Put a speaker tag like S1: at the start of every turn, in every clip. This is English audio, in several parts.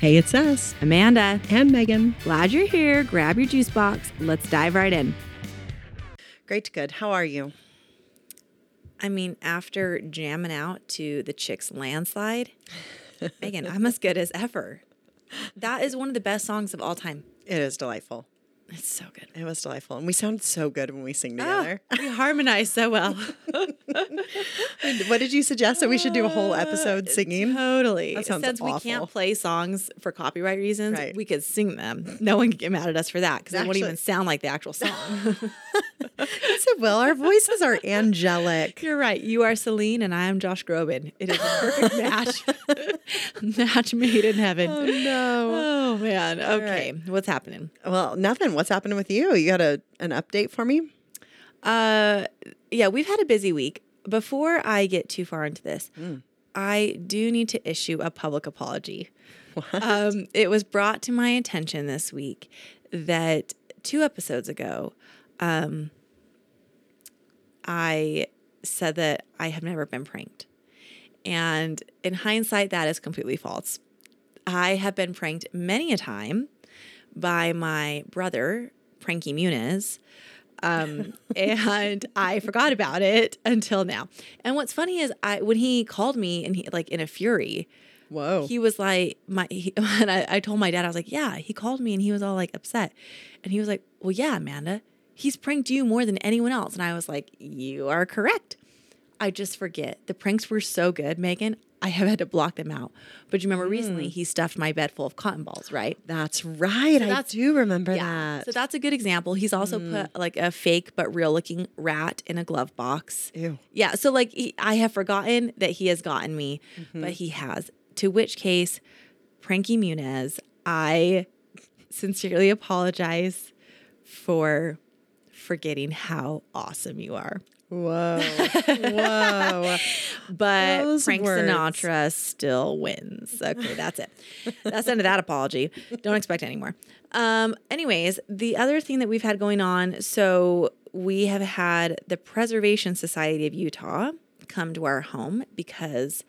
S1: Hey, it's us
S2: Amanda,
S1: and Megan.
S2: glad you're here. Grab your juice box. Let's dive right in.
S1: Great, good. How are you?
S2: I mean, after jamming out to the Chicks landslide, Megan, I'm as good as ever. That is one of the best songs of all time.
S1: It is delightful.
S2: It's so good.
S1: It was delightful, and we sound so good when we sing
S2: Ah,
S1: together.
S2: we harmonize so well.
S1: What did you suggest that we should do a whole
S2: Uh,
S1: episode singing?
S2: Totally.
S1: That sounds
S2: Since we
S1: awful.
S2: can't play songs for copyright reasons,
S1: Right.
S2: we could sing them. No one could get mad at us for that because it wouldn't
S1: Actually-
S2: even sound like the actual song.
S1: Yes, it will. Our voices are angelic.
S2: You're right. You are Celine and I am Josh Groban. It is a perfect match. match made in heaven. Oh,
S1: no.
S2: man. Okay. What's happening?
S1: Well, nothing. What's happening with you? You got a an update for me?
S2: Uh, yeah, we've had a busy week. Before I get too far into this, I do need to issue a public apology. Um, it was brought to my attention this week that two episodes ago, um, I said that I have never been pranked. And in hindsight, that is completely false. I have been pranked many a time by my brother, Pranky Muniz. Um, and I forgot about it until now. And what's funny is I when he called me and he like in a fury,
S1: Whoa.
S2: he was like my he, and I, I told my dad i was like yeah he called me and he was all like upset and he was like well yeah amanda he's pranked you more than anyone else and i was like you are correct i just forget the pranks were so good megan i have had to block them out but you remember recently he stuffed my bed full of cotton balls right
S1: that's right. I
S2: that's-
S1: do remember
S2: yeah
S1: that.
S2: so that's a good example he's also put like a fake but real looking rat in a glove box
S1: Ew.
S2: yeah. So like he, I have forgotten that he has gotten me, but he has. To which case, Pranky Muniz, I sincerely apologize for forgetting how awesome you are.
S1: Whoa. Whoa.
S2: But
S1: Those
S2: Frank
S1: words.
S2: Sinatra still wins. Okay, that's it. That's the end of that apology. Don't expect any more. Um, anyways, the other thing that we've had going on, so we have had the Preservation Society of Utah come to our home because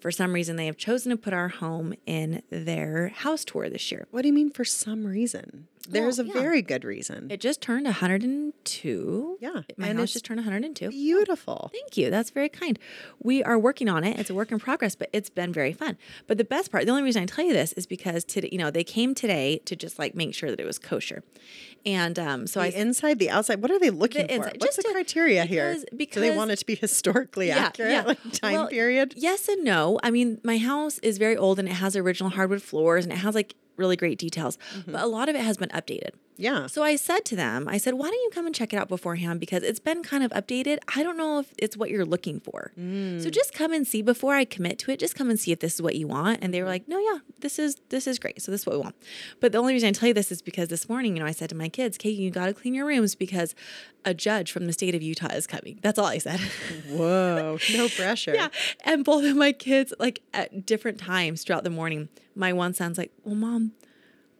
S2: for some reason they have chosen to put our home in their house tour this year.
S1: What do you mean for some reason? There's a
S2: yeah.
S1: very good reason.
S2: It just turned 102.
S1: Yeah,
S2: My
S1: and
S2: house
S1: it's
S2: just turned 102.
S1: Beautiful.
S2: Thank you. That's very kind. We are working on it. It's a work in progress, but it's been very fun. But the best part, the only reason I tell you this is because today, you know, they came today to just like make sure that it was kosher. And um, so I
S1: The inside, the outside. What are they looking for?
S2: inside-
S1: What's
S2: just
S1: the
S2: to-
S1: criteria
S2: because-
S1: here? do they
S2: because-
S1: want it to be historically accurate, like time
S2: Well,
S1: period?
S2: Yes and no. I mean, my house is very old and it has original hardwood floors and it has like really great details,
S1: Mm-hmm.
S2: but a lot of it has been updated.
S1: Yeah.
S2: So I said to them, I said, why don't you come and check it out beforehand? Because it's been kind of updated. I don't know if it's what you're looking for. So just come and see before I commit to it, just come and see if this is what you want. And they were like, no, yeah, this is, this is great. So this is what we want. But the only reason I tell you this is because this morning, you know, I said to my kids, Kate, you got to clean your rooms because a judge from the state of Utah is coming. That's all I said.
S1: Whoa. No pressure.
S2: Yeah. And both of my kids, like at different times throughout the morning, my one son's like, Well, mom,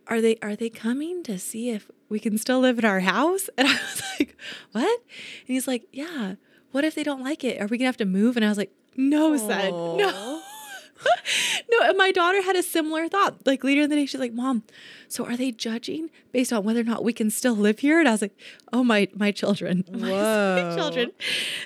S2: are they are they coming to see if we can still live in our house? And I was like, What? And he's like, Yeah, what if they don't like it? Are we gonna have to move? And I was like, No, son, no. no, and my daughter had a similar thought. Like later in the day, she's like, Mom, so are they judging based on whether or not we can still live here? And I was like, Oh my my children. My
S1: Whoa.
S2: children.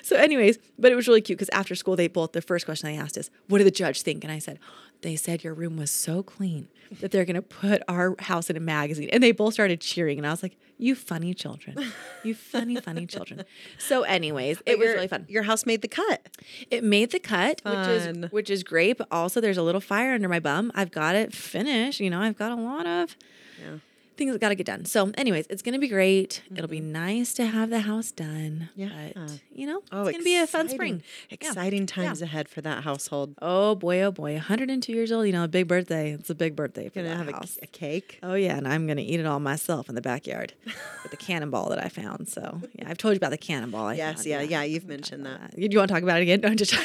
S2: So, anyways, but it was really cute because after school, they both, the first question they asked is, What did the judge think? And I said, They said your room was so clean that they're going to put our house in a magazine. And they both started cheering. And I was like, You funny children. You funny, funny children. So, anyways, it was
S1: Your-
S2: really fun.
S1: Your house made the cut.
S2: It made the cut, which
S1: Fun.
S2: is which is great. But also, there's a little fire under my bum. I've got it finished. You know, I've got a lot of
S1: Yeah.
S2: things that got to get done. So, anyways, it's gonna be great. It'll be nice to have the house done.
S1: Mm-hmm. Yeah.
S2: but you know,
S1: Oh,
S2: it's gonna be a fun
S1: exciting-
S2: spring.
S1: Exciting times ahead for that household.
S2: Oh boy, oh boy, 102 years old. You know, a big birthday. It's a big birthday for
S1: Gonna
S2: that
S1: have a,
S2: house.
S1: a cake.
S2: Oh yeah, and I'm gonna eat it all myself in the backyard with the cannonball that I found. So yeah, I've told you about the cannonball. I
S1: Yes,
S2: found.
S1: yeah, yeah. You've
S2: We'll talk
S1: mentioned
S2: about
S1: that.
S2: You, do you want to talk about it again?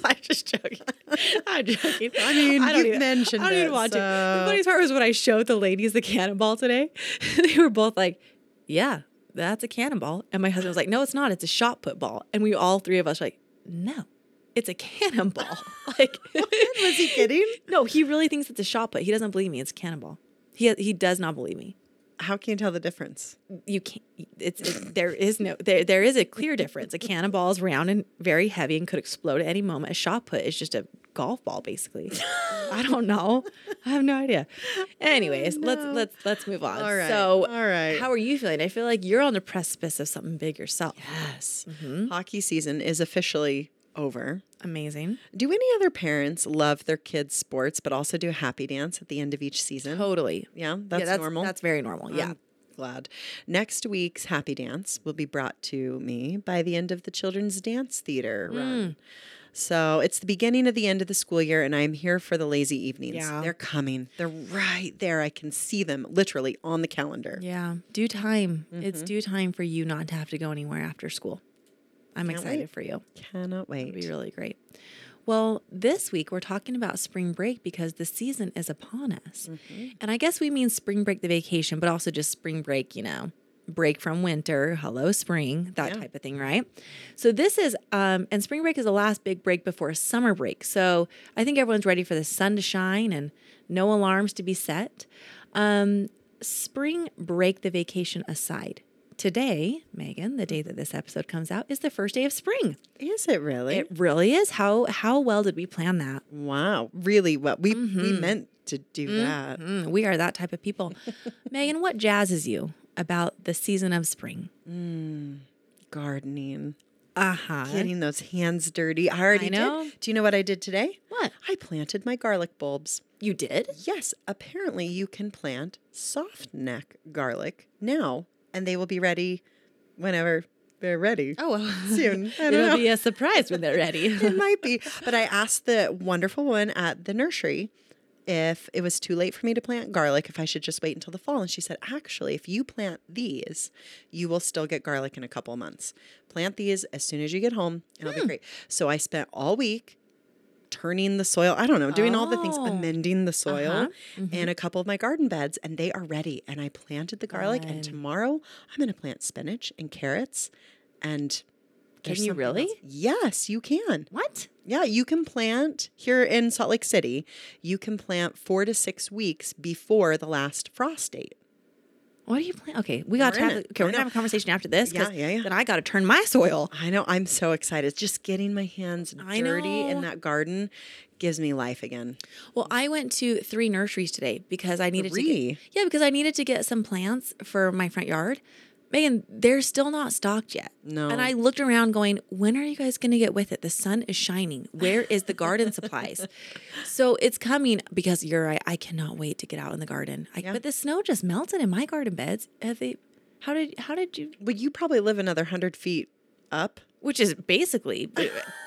S2: No, I'm just, I'm just joking. I'm joking.
S1: I mean,
S2: I don't
S1: you've
S2: even,
S1: mentioned
S2: I don't
S1: it,
S2: even want to.
S1: so-
S2: The funniest part was when I showed the ladies the cannonball today. they were both like, "Yeah, that's a cannonball," and my husband was like, "No, it's not. It's a shot put ball." And we all three of us were like, "No." it's a cannonball. like,
S1: Was he kidding?
S2: no, he really thinks it's a shot put. He doesn't believe me. It's a cannonball. He he does not believe me.
S1: How can you tell the difference?
S2: You can't. It's it, there is no there there is a clear difference. A cannonball is round and very heavy and could explode at any moment. A shot put is just a golf ball, basically. I don't know. I have no idea. Anyways, let's
S1: Oh, no.
S2: let's let's move on.
S1: All right,
S2: So
S1: all right.
S2: how are you feeling? I feel like you're on the precipice of something big yourself. Mm-hmm.
S1: Yes. Hockey season is officially over.
S2: Amazing.
S1: Do any other parents love their kids' sports but also do happy dance at the end of each season?
S2: Totally.
S1: Yeah, that's,
S2: yeah, that's
S1: normal. Um,
S2: That's very normal. Yeah.
S1: I'm glad. Next week's happy dance will be brought to me by the end of the children's dance theater
S2: Hmm.
S1: run. So it's the beginning of the end of the school year, and I'm here for the lazy evenings.
S2: Yeah.
S1: They're coming. They're right there. I can see them literally on the calendar.
S2: Yeah, due time.
S1: Mm-hmm.
S2: It's due time for you not to have to go anywhere after school. I'm
S1: Can't
S2: excited
S1: wait.
S2: for you.
S1: Cannot wait.
S2: It'll be really great. Well, this week we're talking about spring break because the season is upon us. And I guess we mean spring break, the vacation, but also just spring break, you know, break from winter, hello spring, that
S1: Yeah.
S2: type of thing, right? So this is, um, and spring break is the last big break before summer break. So I think everyone's ready for the sun to shine and no alarms to be set. Um, spring break, the vacation aside. Today, Megan, the day that this episode comes out, is the first day of spring.
S1: Is it really?
S2: It really is. How how well did we plan that?
S1: wow. Really? What we we
S2: Mm-hmm.
S1: meant to do that.
S2: Mm, we are that type of people. Megan, what jazzes you about the season of spring?
S1: Gardening.
S2: Uh huh.
S1: Getting those hands dirty. I already
S2: know.
S1: did. Do you know what I did today?
S2: What
S1: I planted my garlic bulbs.
S2: you did?
S1: Yes, apparently you can plant soft neck garlic now, and they will be ready whenever they're ready.
S2: Oh, well,
S1: Soon. I don't
S2: It'll
S1: know.
S2: be a surprise when they're ready.
S1: It might be. But I asked the wonderful woman at the nursery if it was too late for me to plant garlic, if I should just wait until the fall. And she said, actually, if you plant these, you will still get garlic in a couple months. Plant these as soon as you get home, and
S2: Hmm.
S1: it'll be great. So I spent all week turning the soil, I don't know, doing all the things,
S2: Oh.
S1: amending the soil
S2: Uh-huh.
S1: in a couple of my garden beds, and they are ready. And I planted the garlic,
S2: Fun.
S1: and tomorrow I'm going to plant spinach and carrots and.
S2: Can
S1: there's
S2: you
S1: something
S2: really?
S1: else. Yes, you can.
S2: what?
S1: Yeah, you can plant here in Salt Lake City, you can plant four to six weeks before the last frost date.
S2: What are you planning? Okay, we got to
S1: We're in
S2: have.
S1: it.
S2: Okay, we're
S1: I
S2: gonna have a conversation after this. 'cause
S1: Yeah, yeah, yeah.
S2: Then I got to turn my soil.
S1: I know, I'm so excited. Just getting my hands
S2: I
S1: dirty
S2: know.
S1: in that garden gives me life again.
S2: Well, I went to three nurseries today because I needed to
S1: Three?
S2: get yeah because I needed to get some plants for my front yard. Megan, they're still not stocked yet.
S1: No.
S2: And I looked around, going, "When are you guys going to get with it? The sun is shining. Where is the garden supplies? So it's coming because you're right. I cannot wait to get out in the garden. I,
S1: Yeah.
S2: But the snow just melted in my garden beds. Have they? How did? How did you?
S1: Well, you probably live another 100 feet up.
S2: Which is basically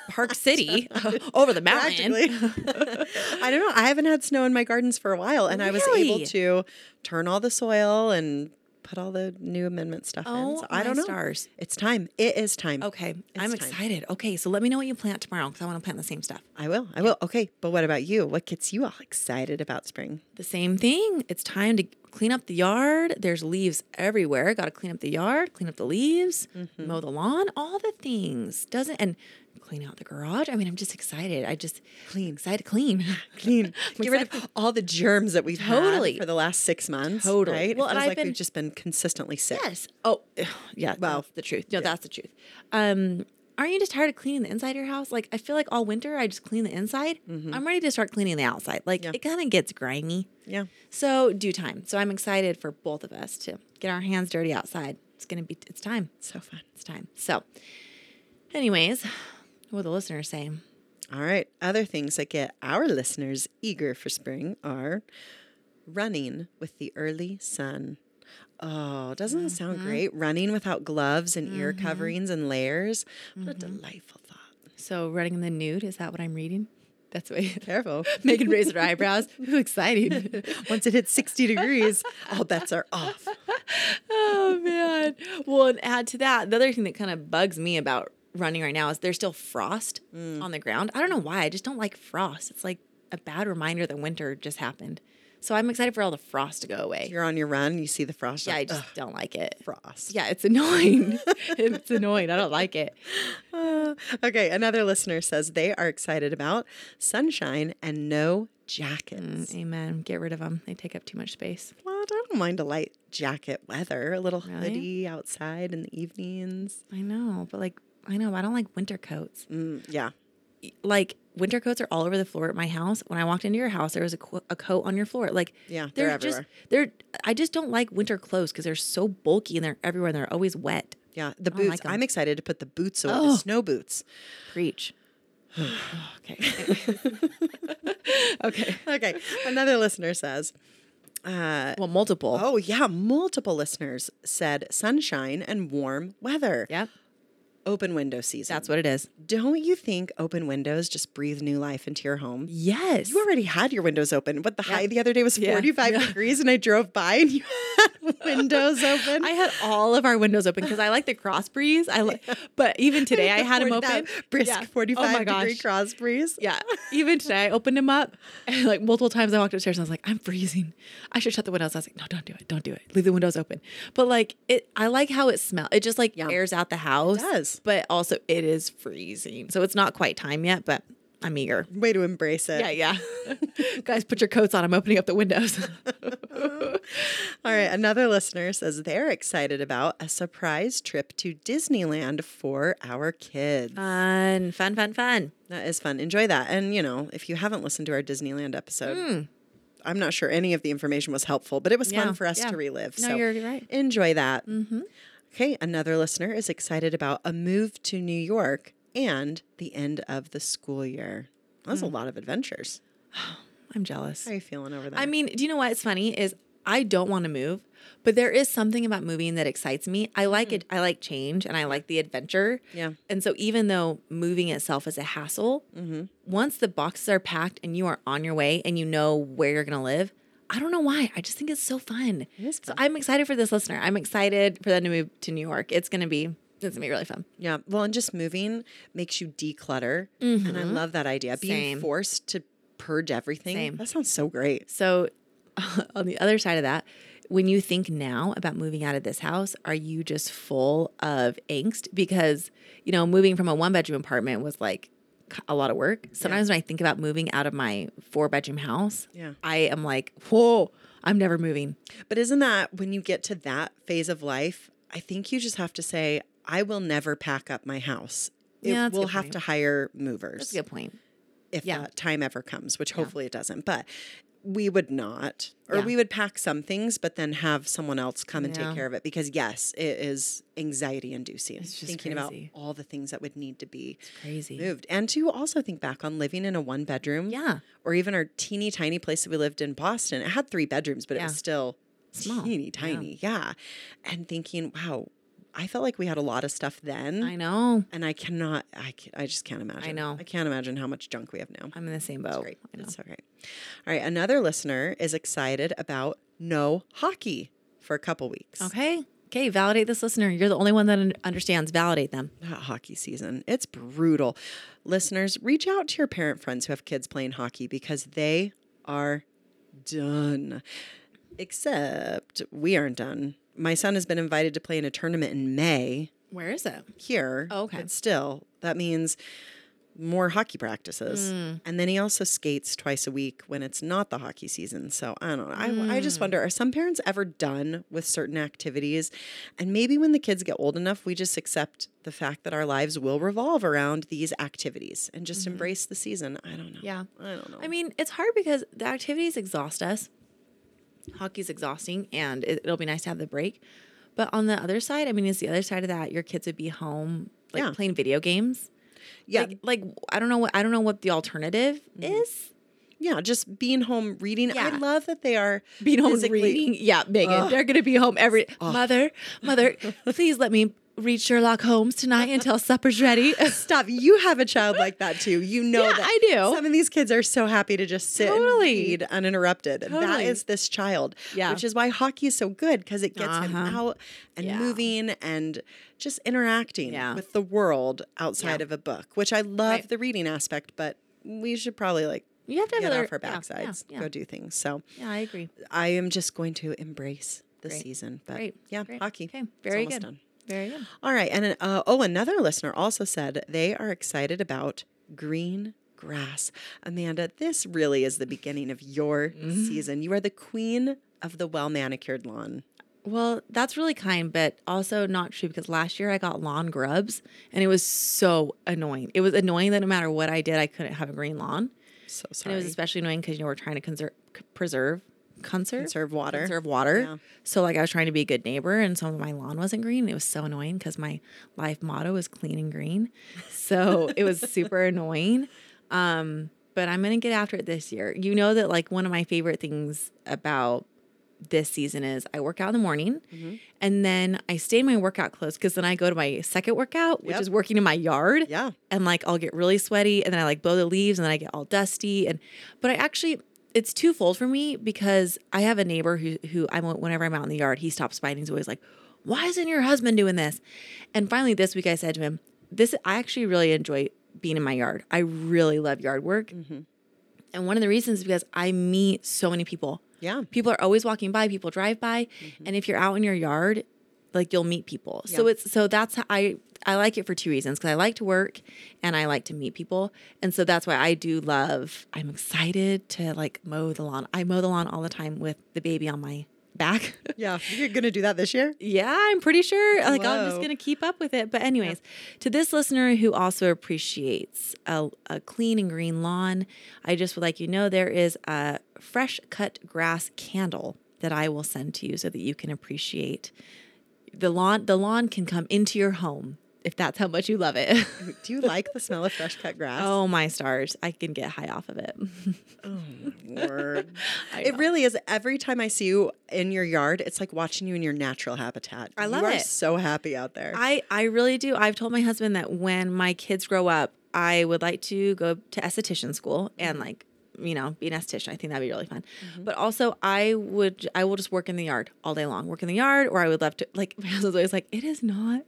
S2: Park City over the mountain.
S1: Practically. I don't know. I haven't had snow in my gardens for a while, and I was
S2: Really?
S1: able to turn all the soil and put all the new amendment stuff in.
S2: Oh,
S1: So I don't know.
S2: Stars.
S1: It's time. It is time.
S2: Okay, I'm
S1: time.
S2: excited. Okay, so let me know what you plant tomorrow because I want to plant the same stuff.
S1: I will. I will. Okay. But what about you? What gets you all excited about spring?
S2: The same thing. It's time to clean up the yard. There's leaves everywhere. Got to clean up the yard, clean up the leaves,
S1: Mm-hmm.
S2: mow the lawn, all the things. Doesn't and clean out the garage. I mean, I'm just excited. I just
S1: Clean.
S2: excited to clean.
S1: Clean.
S2: I'm
S1: Get rid of all the germs that we've
S2: Totally.
S1: had for the last six months.
S2: Totally.
S1: Right?
S2: Well,
S1: it
S2: and
S1: feels
S2: I've
S1: like
S2: been-
S1: we've just been consistently sick.
S2: Yes. Oh, yeah. Well,
S1: Well,
S2: the truth. No, that's the truth. Um, aren't you just tired of cleaning the inside of your house? Like I feel like all winter I just clean the inside. I'm ready to start cleaning the outside. Like
S1: Mm-hmm. Yeah.
S2: it kind of gets grimy.
S1: Yeah.
S2: So due time. So I'm excited for both of us to get our hands dirty outside. It's gonna be it's time.
S1: So fun.
S2: It's time. So, anyways, what do the listeners say?
S1: All right. Other things that get our listeners eager for spring are running with the early sun. Oh, doesn't that sound
S2: Mm-hmm.
S1: great? Running without gloves and ear coverings and layers. What
S2: Mm-hmm.
S1: a delightful thought.
S2: So running in the nude is that what I'm reading? That's what
S1: Careful.
S2: Megan raised her eyebrows. Ooh, exciting!
S1: Once it hits 60 degrees, all bets are off.
S2: oh man. Well, and add to that, the other thing that kind of bugs me about running right now is there's still frost on the ground. I don't know why. I just don't like frost. It's like a bad reminder that winter just happened. So I'm excited for all the frost to go away.
S1: You're on your run, you see the frost.
S2: yeah,
S1: you're
S2: I
S1: like,
S2: just
S1: "Ugh,
S2: don't like it.
S1: frost.
S2: Yeah, it's annoying. it's annoying. I don't like it.
S1: okay, another listener says they are excited about sunshine and no
S2: Mm.
S1: jackets.
S2: Amen. Get rid of them. They take up too much space.
S1: Well, I don't mind a light jacket weather, a little
S2: Really?
S1: hoodie outside in the evenings.
S2: I know, but like, I know, I don't like winter coats.
S1: Mm, yeah.
S2: Like, winter coats are all over the floor at my house. When I walked into your house, there was a, co- a coat on your floor. Like,
S1: Yeah,
S2: they're,
S1: they're
S2: just,
S1: everywhere.
S2: they're, I just don't like winter clothes because they're so bulky and they're everywhere and they're always wet.
S1: Yeah.
S2: I
S1: The
S2: don't
S1: boots.
S2: like 'em.
S1: I'm excited to put the boots away,
S2: Oh.
S1: the snow boots.
S2: Preach. okay. okay.
S1: Okay. Another listener says, uh,
S2: Well, multiple.
S1: oh, yeah, multiple listeners said sunshine and warm weather.
S2: Yep.
S1: Open window season.
S2: That's what it is.
S1: Don't you think open windows just breathe new life into your home?
S2: Yes.
S1: You already had your windows open, but the high the other day was
S2: Yeah.
S1: 45 degrees and I drove by and you had windows open.
S2: I had all of our windows open because I like the cross breeze. I like, but even today I had them
S1: 40 that
S2: open.
S1: Brisk
S2: Yeah.
S1: 45
S2: oh my
S1: degree
S2: gosh.
S1: cross breeze.
S2: Yeah. Even today I opened them up and like multiple times I walked upstairs and I was like, I'm freezing. I should shut the windows. I was like, no, don't do it. Don't do it. Leave the windows open. But like it, I like how it smells. It just like
S1: Yeah.
S2: airs out the house.
S1: does.
S2: But also it is freezing. So it's not quite time yet, but I'm eager.
S1: Way to embrace it.
S2: Yeah, yeah. Guys, put your coats on. I'm opening up the windows.
S1: All right. Another listener says they're excited about a surprise trip to Disneyland for our kids.
S2: fun, fun, fun, fun.
S1: that is fun. Enjoy that. And, you know, if you haven't listened to our Disneyland episode, I'm not sure any of the information was helpful, but it was
S2: Hmm. Yeah,
S1: fun for us
S2: yeah.
S1: to relive.
S2: No,
S1: so
S2: you're right. Mm-hmm.
S1: enjoy that. Okay. Another listener is excited about a move to New York and the end of the school year. That's a
S2: Hmm.
S1: lot of adventures.
S2: I'm jealous.
S1: How are you feeling over that?
S2: I mean, do you know what's funny is I don't want to move, but there is something about moving that excites me. I like it. I like change and I like the adventure.
S1: Mm. Yeah.
S2: And so even though moving itself is a hassle,
S1: Mm-hmm.
S2: once the boxes are packed and you are on your way and you know where you're going to live, I don't know why. I just think it's so fun.
S1: is
S2: So I'm excited for this listener. I'm excited for them to move to New York. It's going to be it's going to be really fun.
S1: Yeah. Well, and just moving makes you declutter. And I love that idea. Being
S2: Mm-hmm. Same.
S1: forced to purge everything.
S2: Same.
S1: That sounds so great.
S2: So, on the other side of that, when you think now about moving out of this house, are you just full of angst? Because, you know, moving from a one bedroom apartment was like c- a lot of work. Sometimes when I think about moving out of my four bedroom house,
S1: Yeah.
S2: I am like, whoa, I'm never moving.
S1: But isn't that when you get to that phase of life, I think you just have to say, I will never pack up my house. It
S2: Yeah, that's a
S1: will
S2: good
S1: have
S2: point.
S1: to hire
S2: That's
S1: movers
S2: a good point.
S1: if
S2: yeah.
S1: that time ever comes, which hopefully it doesn't. But we would not, or
S2: Yeah.
S1: we would pack some things, but then have someone else come and
S2: Yeah.
S1: take care of it because, yes, it is anxiety inducing.
S2: It's just
S1: thinking
S2: crazy.
S1: about all the things that would need to be
S2: Crazy.
S1: moved and to also think back on living in a one bedroom
S2: Yeah.
S1: or even our teeny tiny place that we lived in boston it had three bedrooms but it
S2: Yeah.
S1: was still
S2: Small.
S1: teeny
S2: Yeah.
S1: tiny yeah. and thinking wow i felt like we had a lot of stuff then
S2: I know.
S1: and i cannot I, ca- I just can't imagine
S2: know.
S1: i can't imagine how much junk we have now
S2: I'm in the same boat.
S1: great
S2: I know.
S1: it's all right all right another listener is excited about no hockey for a couple weeks
S2: Okay. Okay. Validate this listener. You're the only one that un- understands. Validate them.
S1: that hockey season. It's brutal. Listeners, reach out to your parent friends who have kids playing hockey because they are done. Except we aren't done. My son has been invited to play in a tournament in May
S2: Where is it?
S1: here.
S2: Oh, okay.
S1: But still, that means more hockey practices.
S2: Hmm.
S1: And then he also skates twice a week when it's not the hockey season. So I don't know. I, I just
S2: Hmm.
S1: wonder are some parents ever done with certain activities? And maybe when the kids get old enough, we just accept the fact that our lives will revolve around these activities and just embrace the season. I don't know.
S2: Mm-hmm. Yeah.
S1: I don't know.
S2: I mean, it's hard because the activities exhaust us. Hockey's exhausting, and it, it'll be nice to have the break. But on the other side, I mean, it's the other side of that. Your kids would be home, like
S1: Yeah.
S2: playing video games.
S1: yeah. Mm-hmm.
S2: Like, like I don't know what I don't know what the alternative is.
S1: yeah. Just being home reading.
S2: Yeah.
S1: I love that they are
S2: Being home and
S1: physically-
S2: reading. Yeah, Megan, they're gonna be home every mother, mother. please let me read Sherlock Holmes tonight until supper's ready.
S1: Stop. You have a child like that too. You know
S2: Yeah,
S1: that.
S2: I do.
S1: Some of these kids are so happy to just sit
S2: Totally.
S1: and read uninterrupted. That
S2: Totally.
S1: is this child.
S2: Yeah.
S1: Which is why hockey is so good because it gets him
S2: Uh-huh.
S1: out and
S2: Yeah.
S1: moving and just interacting
S2: Yeah.
S1: with the world outside
S2: Yeah.
S1: of a book, which I love
S2: Right.
S1: the reading aspect, but we should probably like
S2: You have to have
S1: get
S2: other-
S1: off our
S2: yeah, yeah,
S1: backsides, Uh,
S2: yeah.
S1: go do things. So
S2: yeah, I agree.
S1: I am just going to embrace the
S2: Great.
S1: season. But
S2: Great.
S1: yeah,
S2: Great.
S1: hockey.
S2: Okay.
S1: It's
S2: Very
S1: almost
S2: good.
S1: done.
S2: There you go.
S1: All right. And uh, oh, another listener also said they are excited about green grass. Amanda, this really is the beginning of your
S2: Mm-hmm.
S1: season. You are the queen of the well manicured lawn.
S2: Well, that's really kind, but also not true because last year I got lawn grubs and it was so annoying. It was annoying that no matter what I did, I couldn't have a green lawn.
S1: So
S2: And
S1: sorry.
S2: it was especially annoying because you know we're trying to conserve, preserve, conserve,
S1: Conserve water.
S2: conserve water.
S1: Yeah.
S2: So like I was trying to be a good neighbor, and some of my lawn wasn't green. It was so annoying because my life motto is clean and green, so it was super annoying. Um, but I'm gonna get after it this year. You know that like one of my favorite things about this season is I work out in the morning
S1: Mm-hmm.
S2: and then I stay in my workout clothes because then I go to my second workout, which
S1: Yep.
S2: is working in my yard
S1: yeah.
S2: and like I'll get really sweaty and then I like blow the leaves and then I get all dusty and but I actually it's twofold for me because I have a neighbor who who I whenever I'm out in the yard he stops by and he's always like, why isn't your husband doing this? And finally this week I said to him, this I actually really enjoy being in my yard. I really love yard work, and one of the reasons is because I meet so many people.
S1: Yeah.
S2: People are always walking by, people drive by, and if you're out in your yard, like you'll meet people. So
S1: Yeah.
S2: it's so that's how I I like it for two reasons because I like to work and I like to meet people, and so that's why I do love. I'm excited to like mow the lawn. I mow the lawn all the time with the baby on my back.
S1: Yeah. You're going to do that this year?
S2: Yeah, I'm pretty sure. Like I'm just
S1: Whoa.
S2: gonna keep up with it. But anyways, to this listener who also appreciates a, a clean and green lawn, I just would like you to know there is a fresh cut grass candle that I will send to you so that you can appreciate the lawn. The lawn can come into your home if that's how much you love it.
S1: Do you like the smell of fresh cut grass?
S2: oh my stars! I can get high off of it.
S1: Word.
S2: I
S1: It
S2: know.
S1: really is. Every time I see you in your yard, it's like watching you in your natural habitat.
S2: I love
S1: you are
S2: it.
S1: so happy out there.
S2: I I really do. I've told my husband that when my kids grow up, I would like to go to esthetician school and
S1: Mm-hmm.
S2: like you know be an esthetician. I think that'd be really fun. But also, I would I will just work in the yard all day long. Work in the yard, or I would love to like. My husband's always like, it is not.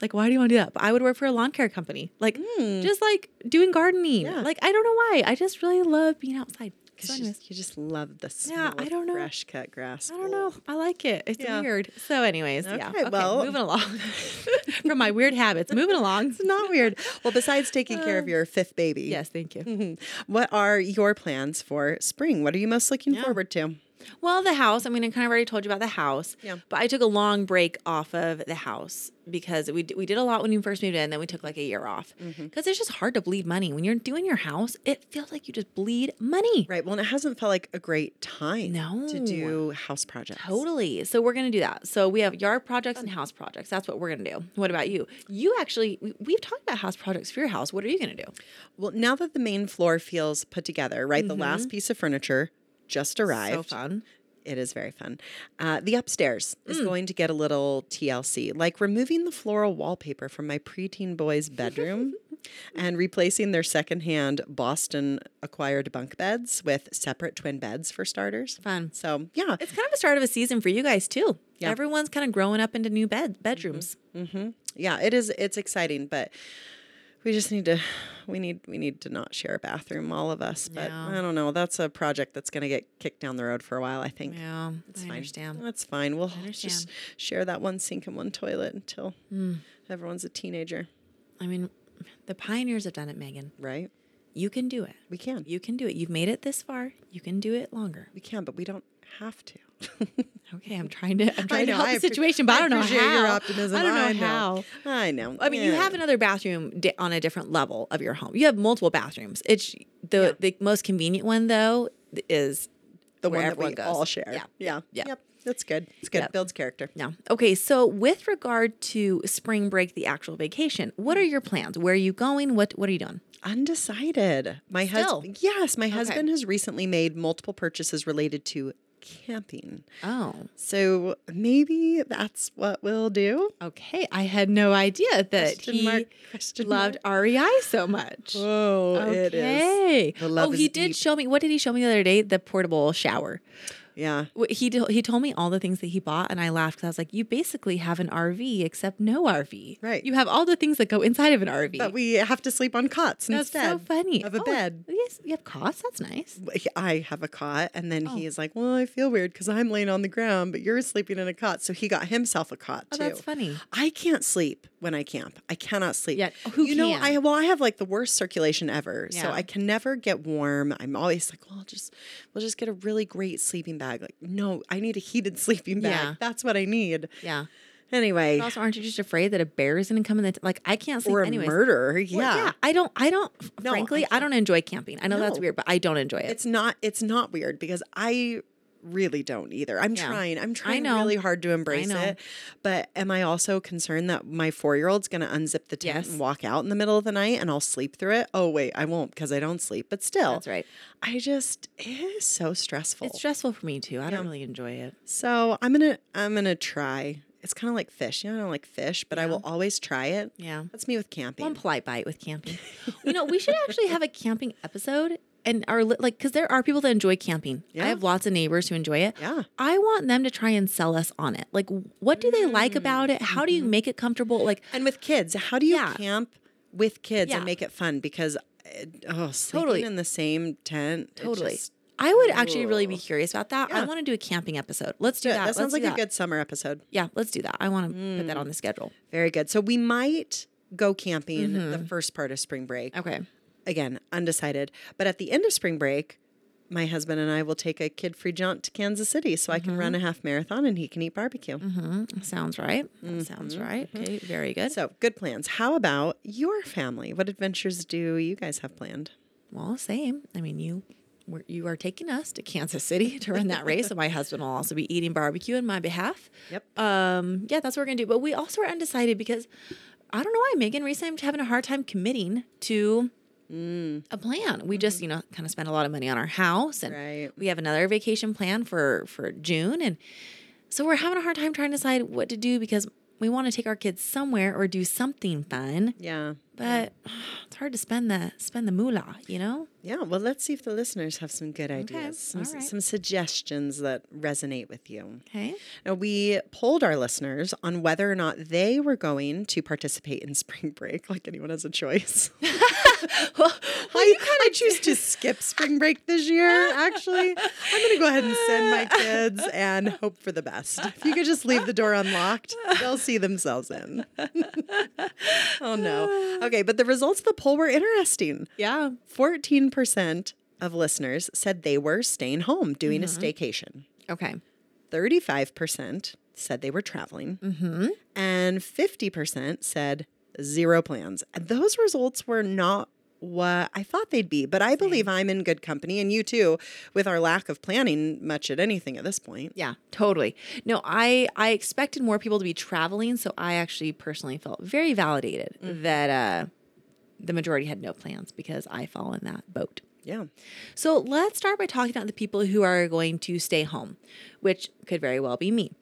S2: Like, why do you want to do that? But I would work for a lawn care company, like just like doing gardening.
S1: Mm. Yeah.
S2: Like I don't know why. I just really love being outside. So
S1: Because you,
S2: anyways,
S1: just- you just love the smell
S2: Yeah, I
S1: of
S2: don't know.
S1: fresh cut grass.
S2: I don't know. I like it. It's
S1: Yeah.
S2: weird. So, anyways, yeah.
S1: Okay, well-
S2: moving along from my weird habits. Moving along.
S1: It's not weird. Well, besides taking care of your fifth baby,
S2: Yes, mm-hmm. thank you.
S1: what are your plans for spring? What are you most looking forward to?
S2: Well, the house, I mean, I kind of already told you about the house.
S1: Yeah.
S2: But I took a long break off of the house because we, d- we did a lot when we first moved in, then we took like a year off. Because it's just hard to bleed money. When you're doing your house, it feels like you just bleed money.
S1: Right. Well, and it hasn't felt like a great time to
S2: No.
S1: do house projects.
S2: Totally. So we're going to do that. So we have yard projects and house projects. That's what we're going to do. What about you? You actually, we, we've talked about house projects for your house. What are you going to do?
S1: Well, now that the main floor feels put together, right? The last piece of furniture just
S2: So
S1: arrived.
S2: fun.
S1: It is very fun. Uh, the upstairs
S2: Hmm.
S1: is going to get a little TLC, like removing the floral wallpaper from my preteen boy's bedroom and replacing their secondhand Boston acquired bunk beds with separate twin beds for starters.
S2: Fun.
S1: So, yeah,
S2: It's kind of a start of a season for you guys too.
S1: Yeah.
S2: Everyone's kind of growing up into new bed bedrooms.
S1: yeah, it is. It's exciting, but we just need to. We need we need to not share a bathroom, all of us. But
S2: Yeah.
S1: I don't know. That's a project that's going to get kicked down the road for a while. I think.
S2: Yeah, I
S1: fine.
S2: understand.
S1: That's fine. We'll just
S2: understand. Hmm.
S1: share that one sink and one toilet until everyone's a teenager,
S2: I mean, the pioneers have done it, Megan.
S1: right?
S2: You can do it.
S1: We can.
S2: You can do it. You've made it this far. You can do it longer.
S1: We can, but we don't have to.
S2: Okay, I'm trying to. I'm trying to
S1: know,
S2: help the
S1: appre-
S2: situation, but I, don't know
S1: appreciate
S2: how.
S1: your optimism.
S2: I don't know how.
S1: I know.
S2: I mean, you
S1: Yeah.
S2: have another bathroom di- on a different level of your home. You have multiple bathrooms. It's the the most convenient one though is
S1: the
S2: where
S1: one that
S2: everyone
S1: we
S2: goes.
S1: all share.
S2: Yeah,
S1: Yeah.
S2: yeah.
S1: Yep. That's good. It's good.
S2: Yep.
S1: Builds character.
S2: No. Okay. So, with regard to spring break, the actual vacation, what are your plans? Where are you going? What What are you doing?
S1: Undecided. My husband. Yes, my husband has recently made multiple purchases related to camping.
S2: Oh,
S1: So maybe that's what we'll do.
S2: okay. I had no idea that
S1: Question
S2: he
S1: mark, question
S2: loved REI so much.
S1: Oh,
S2: okay.
S1: The love
S2: oh,
S1: is
S2: he did
S1: deep.
S2: show me. What did he show me the other day? The portable shower.
S1: Yeah.
S2: Wh- He did, he told me all the things that he bought, and I laughed because I was like, "You basically have an RV, except no RV.
S1: Right.
S2: You have all the things that go inside of an RV.
S1: But we have to sleep on cots
S2: That's
S1: instead.
S2: so funny.
S1: of a
S2: Oh,
S1: bed.
S2: Yes, you have cots. That's nice.
S1: he- I have a cot. And then
S2: Oh.
S1: he is like, Well, I feel weird because I'm laying on the ground, but you're sleeping in a cot. So he got himself a cot
S2: Oh,
S1: too.
S2: that's funny.
S1: I can't sleep when I camp. I cannot sleep.
S2: Yeah, Oh, who
S1: you know,
S2: can?
S1: I well, I have like the worst circulation ever. So
S2: Yeah.
S1: I can never get warm. I'm always like, well, I'll just we'll just get a really great sleeping bag. Like, no, I need a heated sleeping bag.
S2: Yeah.
S1: That's what I need.
S2: Yeah.
S1: Anyway.
S2: But also, aren't you just afraid that a bear is going to come in? The t- like, I can't sleep.
S1: Or a
S2: anyways.
S1: murder.
S2: Well,
S1: Yeah.
S2: I don't. I don't. f-
S1: No, I
S2: frankly, I, don't enjoy camping. I know that's
S1: No.
S2: weird, but I don't enjoy it.
S1: It's not it's not weird because I really don't either. I'm
S2: Yeah.
S1: trying. I'm trying
S2: know.
S1: really hard to embrace
S2: know.
S1: it. But am I also concerned that my 4-year-old's going to unzip the tent
S2: Yes.
S1: and walk out in the middle of the night and I'll sleep through it? Oh wait, I won't because I don't sleep. But still.
S2: that's right.
S1: I just it is so stressful.
S2: It's stressful for me too. I
S1: Yeah.
S2: don't really enjoy it.
S1: so I'm gonna I'm gonna try. It's kind of like fish. You know, I don't like fish, but I will always try it.
S2: Yeah.
S1: That's me with camping.
S2: One polite bite with camping. you know, we should actually have a camping episode and our li- like because there are people that enjoy camping.
S1: Yeah.
S2: I have lots of neighbors who enjoy it.
S1: Yeah.
S2: I want them to try and sell us on it. Like, what do they like about it? How do
S1: Mm-hmm.
S2: you make it comfortable? Like,
S1: and with kids, how do you
S2: Yeah.
S1: camp with kids
S2: Yeah.
S1: and make it fun? Because uh, oh, sleeping
S2: Totally.
S1: in the same tent. it
S2: totally.
S1: just-
S2: I would actually really be
S1: Ugh.
S2: curious about that. I
S1: Yeah.
S2: want to do a camping episode. Let's do
S1: Yeah,
S2: that.
S1: that sounds
S2: Let's do
S1: like
S2: that.
S1: a good Mm. summer episode.
S2: Yeah, let's do that. I want to put that on the schedule.
S1: Very good. So we might go camping the
S2: Mm-hmm.
S1: first part of spring break.
S2: Okay.
S1: Again, undecided. But at the end of spring break, my husband and I will take a kid free jaunt to Kansas City so I
S2: Mm-hmm.
S1: can run a half marathon and he can eat barbecue.
S2: Mm, Sounds right. That Sounds right. Okay. Very Mm-hmm. good.
S1: Mm-hmm, So, good plans. How about your family? What adventures do you guys have planned?
S2: Well, same. I mean, you we're, you are taking us to Kansas City to run that race, and my husband will also be eating barbecue in my behalf.
S1: Yep.
S2: Um, yeah, that's what we're gonna do. But we also are undecided because I don't know why Megan recently I'm having a hard time committing to
S1: Mm.
S2: a plan. We just you know kind of spent a lot of money on our house, and
S1: Right.
S2: we have another vacation plan for for June, and so we're having a hard time trying to decide what to do because we want to take our kids somewhere or do something fun,
S1: Yeah.
S2: but it's hard to spend the spend the moolah, you know.
S1: Yeah. Well, let's see if the listeners have some good ideas, some,
S2: All right.
S1: some suggestions that resonate with you.
S2: Okay.
S1: Now, we polled our listeners on whether or not they were going to participate in spring break, like anyone has a choice.
S2: Well,
S1: I, I choose to skip spring break this year, actually. I'm going to go ahead and send my kids and hope for the best. If you could just leave the door unlocked, they'll see themselves in. oh, no. Okay, but the results of the poll were interesting.
S2: yeah.
S1: 14% of listeners said they were staying home doing
S2: Mm-hmm.
S1: a staycation,
S2: Okay.
S1: 35% said they were traveling,
S2: Mm-hmm.
S1: and 50% said zero plans. And those results were not what I thought they'd be, but I believe I'm in good company and you too with our lack of planning much at anything at this point.
S2: Yeah, totally. No, I I expected more people to be traveling, so I actually personally felt very validated that uh the majority had no plans because I fall in that boat.
S1: Yeah.
S2: So let's start by talking about the people who are going to stay home, which could very well be me.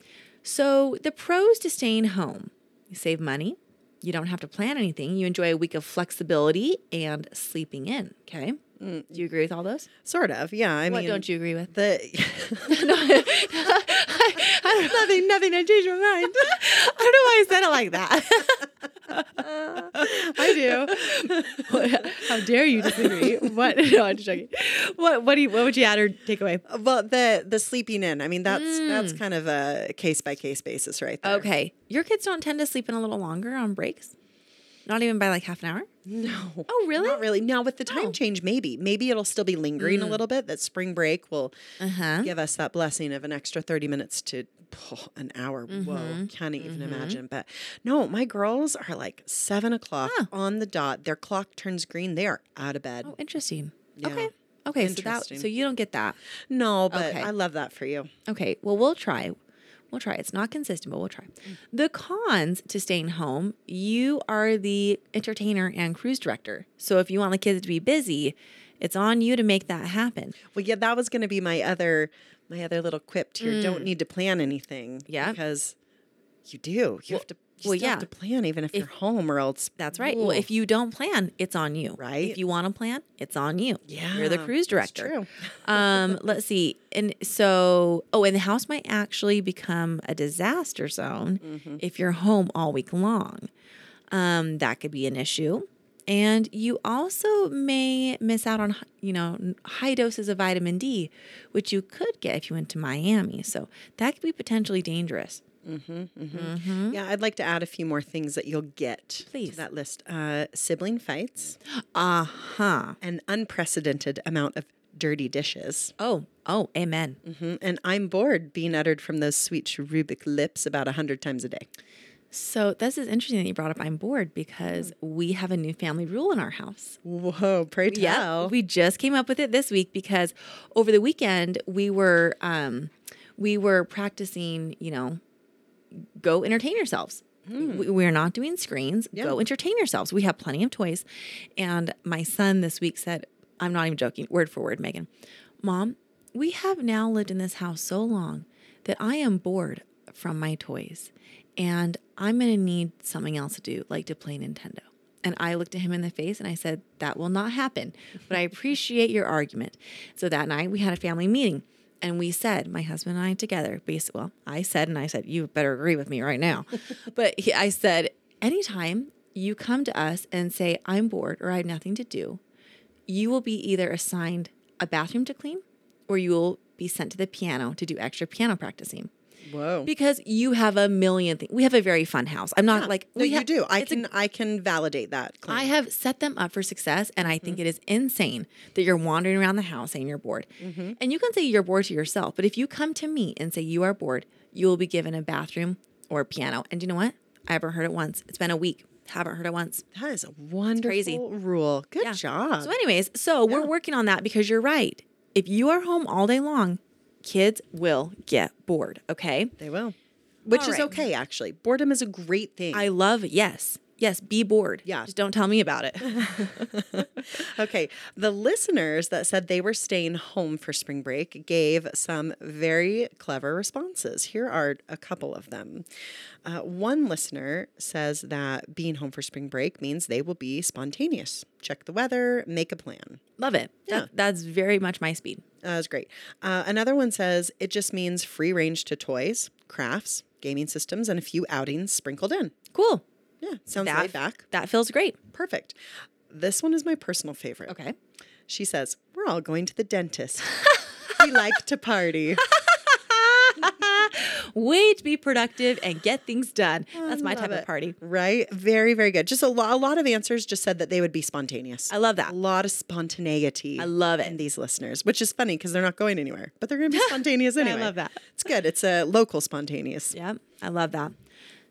S2: So, the pros to staying home you save money, you don't have to plan anything, you enjoy a week of flexibility and sleeping in. Okay. Do you agree with all those?
S1: Sort of. Yeah. I
S2: what
S1: mean,
S2: don't you agree with?
S1: the
S2: nothing, nothing. I changed my mind. I don't know why I said it like that. I do. How dare you disagree? What? No, I'm just joking. What? What do you? What would you add or take away?
S1: well the the sleeping in. I mean that's that's kind of a case by case basis right there.
S2: Mm. Okay, your kids don't tend to sleep in a little longer on breaks. Not even by like half an hour.
S1: No.
S2: Oh, really?
S1: Not really. Now with the time
S2: Oh.
S1: change, maybe. Maybe it'll still be lingering a little bit. That spring break will
S2: Uh huh.
S1: give us that blessing of an extra 30 minutes to oh, an hour.
S2: Mm-hmm.
S1: Whoa. Can't even imagine. But no, my girls are like seven o'clock on the dot. Their clock turns green. They are out of bed.
S2: Oh, interesting.
S1: Yeah.
S2: Okay. Okay. So that.
S1: Interesting.
S2: So you don't get that.
S1: No, but
S2: Okay.
S1: I love that for you.
S2: Okay, well, we'll try. We'll try. It's not consistent, but we'll try. The cons to staying home you are the entertainer and cruise director. So if you want the kids to be busy, it's on you to make that happen.
S1: Well, yeah, that was going to be my other my other little quip to your don't need to plan anything.
S2: Mm. Yeah.
S1: because you do. You have to You
S2: well,
S1: still
S2: yeah,
S1: have to plan even if,
S2: If-
S1: you're home or else.
S2: that's right. Well,
S1: Ooh.
S2: if you don't plan, it's on you.
S1: Right.
S2: If you want to plan, it's on you.
S1: yeah,
S2: You're the cruise
S1: it's
S2: director.
S1: true.
S2: um, let's see. And so, oh, and the house might actually become a disaster zone
S1: Mm-hmm.
S2: if you're home all week long. Um, that could be an issue. And you also may miss out on, h- you know, n- high doses of vitamin D, which you could get if you went to Miami. So that could be potentially dangerous.
S1: Yeah, I'd like to add a few more things that you'll get
S2: Mm-hmm. Please.
S1: to that list. Uh, sibling fights,
S2: Uh huh.
S1: an unprecedented amount of dirty dishes.
S2: Oh, oh, amen.
S1: hmm And I'm bored being uttered from those sweet cherubic lips about a hundred times a day.
S2: So this is interesting that you brought up I'm bored because we have a new family rule in our house.
S1: Whoa, pray
S2: Yeah,
S1: tell.
S2: we just came up with it this week because over the weekend we were um, we were practicing. You know, go entertain yourselves. We, we're not doing screens. Go entertain yourselves. We have plenty of toys. And my son this week said, "I'm not even joking, word for word, Megan, Mom, we have now lived in this house so long that I am bored from my toys, and I'm gonna need something else to do, like to play Nintendo." And I looked at him in the face and I said, That will not happen, but I appreciate your argument. So that night we had a family meeting and we said, my husband and I together, bas well, I said, and I said, You better agree with me right now. but he, I said, Anytime you come to us and say, I'm bored or I have nothing to do, you will be either assigned a bathroom to clean or you will be sent to the piano to do extra piano practicing.
S1: Whoa.
S2: Because you have a million things. We have a very fun house. I'm not
S1: Yeah.
S2: like
S1: no,
S2: we
S1: you
S2: ha-
S1: do. I
S2: it's a
S1: can I can validate that. claim.
S2: I have set them up for success, and I
S1: Mm-hmm.
S2: think it is insane that you're wandering around the house saying you're bored.
S1: Mm-hmm.
S2: And you can say you're bored to yourself, but if you come to me and say you are bored, you will be given a bathroom or a piano. And you know what? I haven't heard it once. It's been a week. Haven't heard it once.
S1: that is a wonderful
S2: crazy.
S1: rule. Good
S2: Yeah.
S1: job.
S2: So, anyways, so we're working on that because you're right. If you are home all day long, kids will get bored. Okay.
S1: they will. Which
S2: All
S1: is
S2: right.
S1: okay actually. Boredom is a great thing.
S2: I love yes. Yes, be bored.
S1: Yeah.
S2: Just don't tell me about it.
S1: Okay. The listeners that said they were staying home for spring break gave some very clever responses. Here are a couple of them. Uh, one listener says that being home for spring break means they will be spontaneous, check the weather, make a plan.
S2: love it. That-
S1: Yeah.
S2: that's very much my speed.
S1: That was great. Uh, another one says it just means free range to toys, crafts, gaming systems, and a few outings sprinkled in.
S2: Cool.
S1: Yeah, sounds
S2: That-
S1: laid back.
S2: That feels great.
S1: Perfect. This one is my personal favorite.
S2: Okay.
S1: She says, We're all going to the dentist. we like to party.
S2: Way to be productive and get things done. That's my
S1: love
S2: type of
S1: it.
S2: party.
S1: Right? Very, very good. Just a, lo- a lot of answers just said that they would be spontaneous.
S2: I love
S1: a
S2: that.
S1: lot of spontaneity.
S2: I love
S1: in
S2: it.
S1: these listeners, which is funny because they're not going anywhere, but they're going to be spontaneous anyway.
S2: love that.
S1: It's good. It's a local spontaneous.
S2: Yeah, I love that.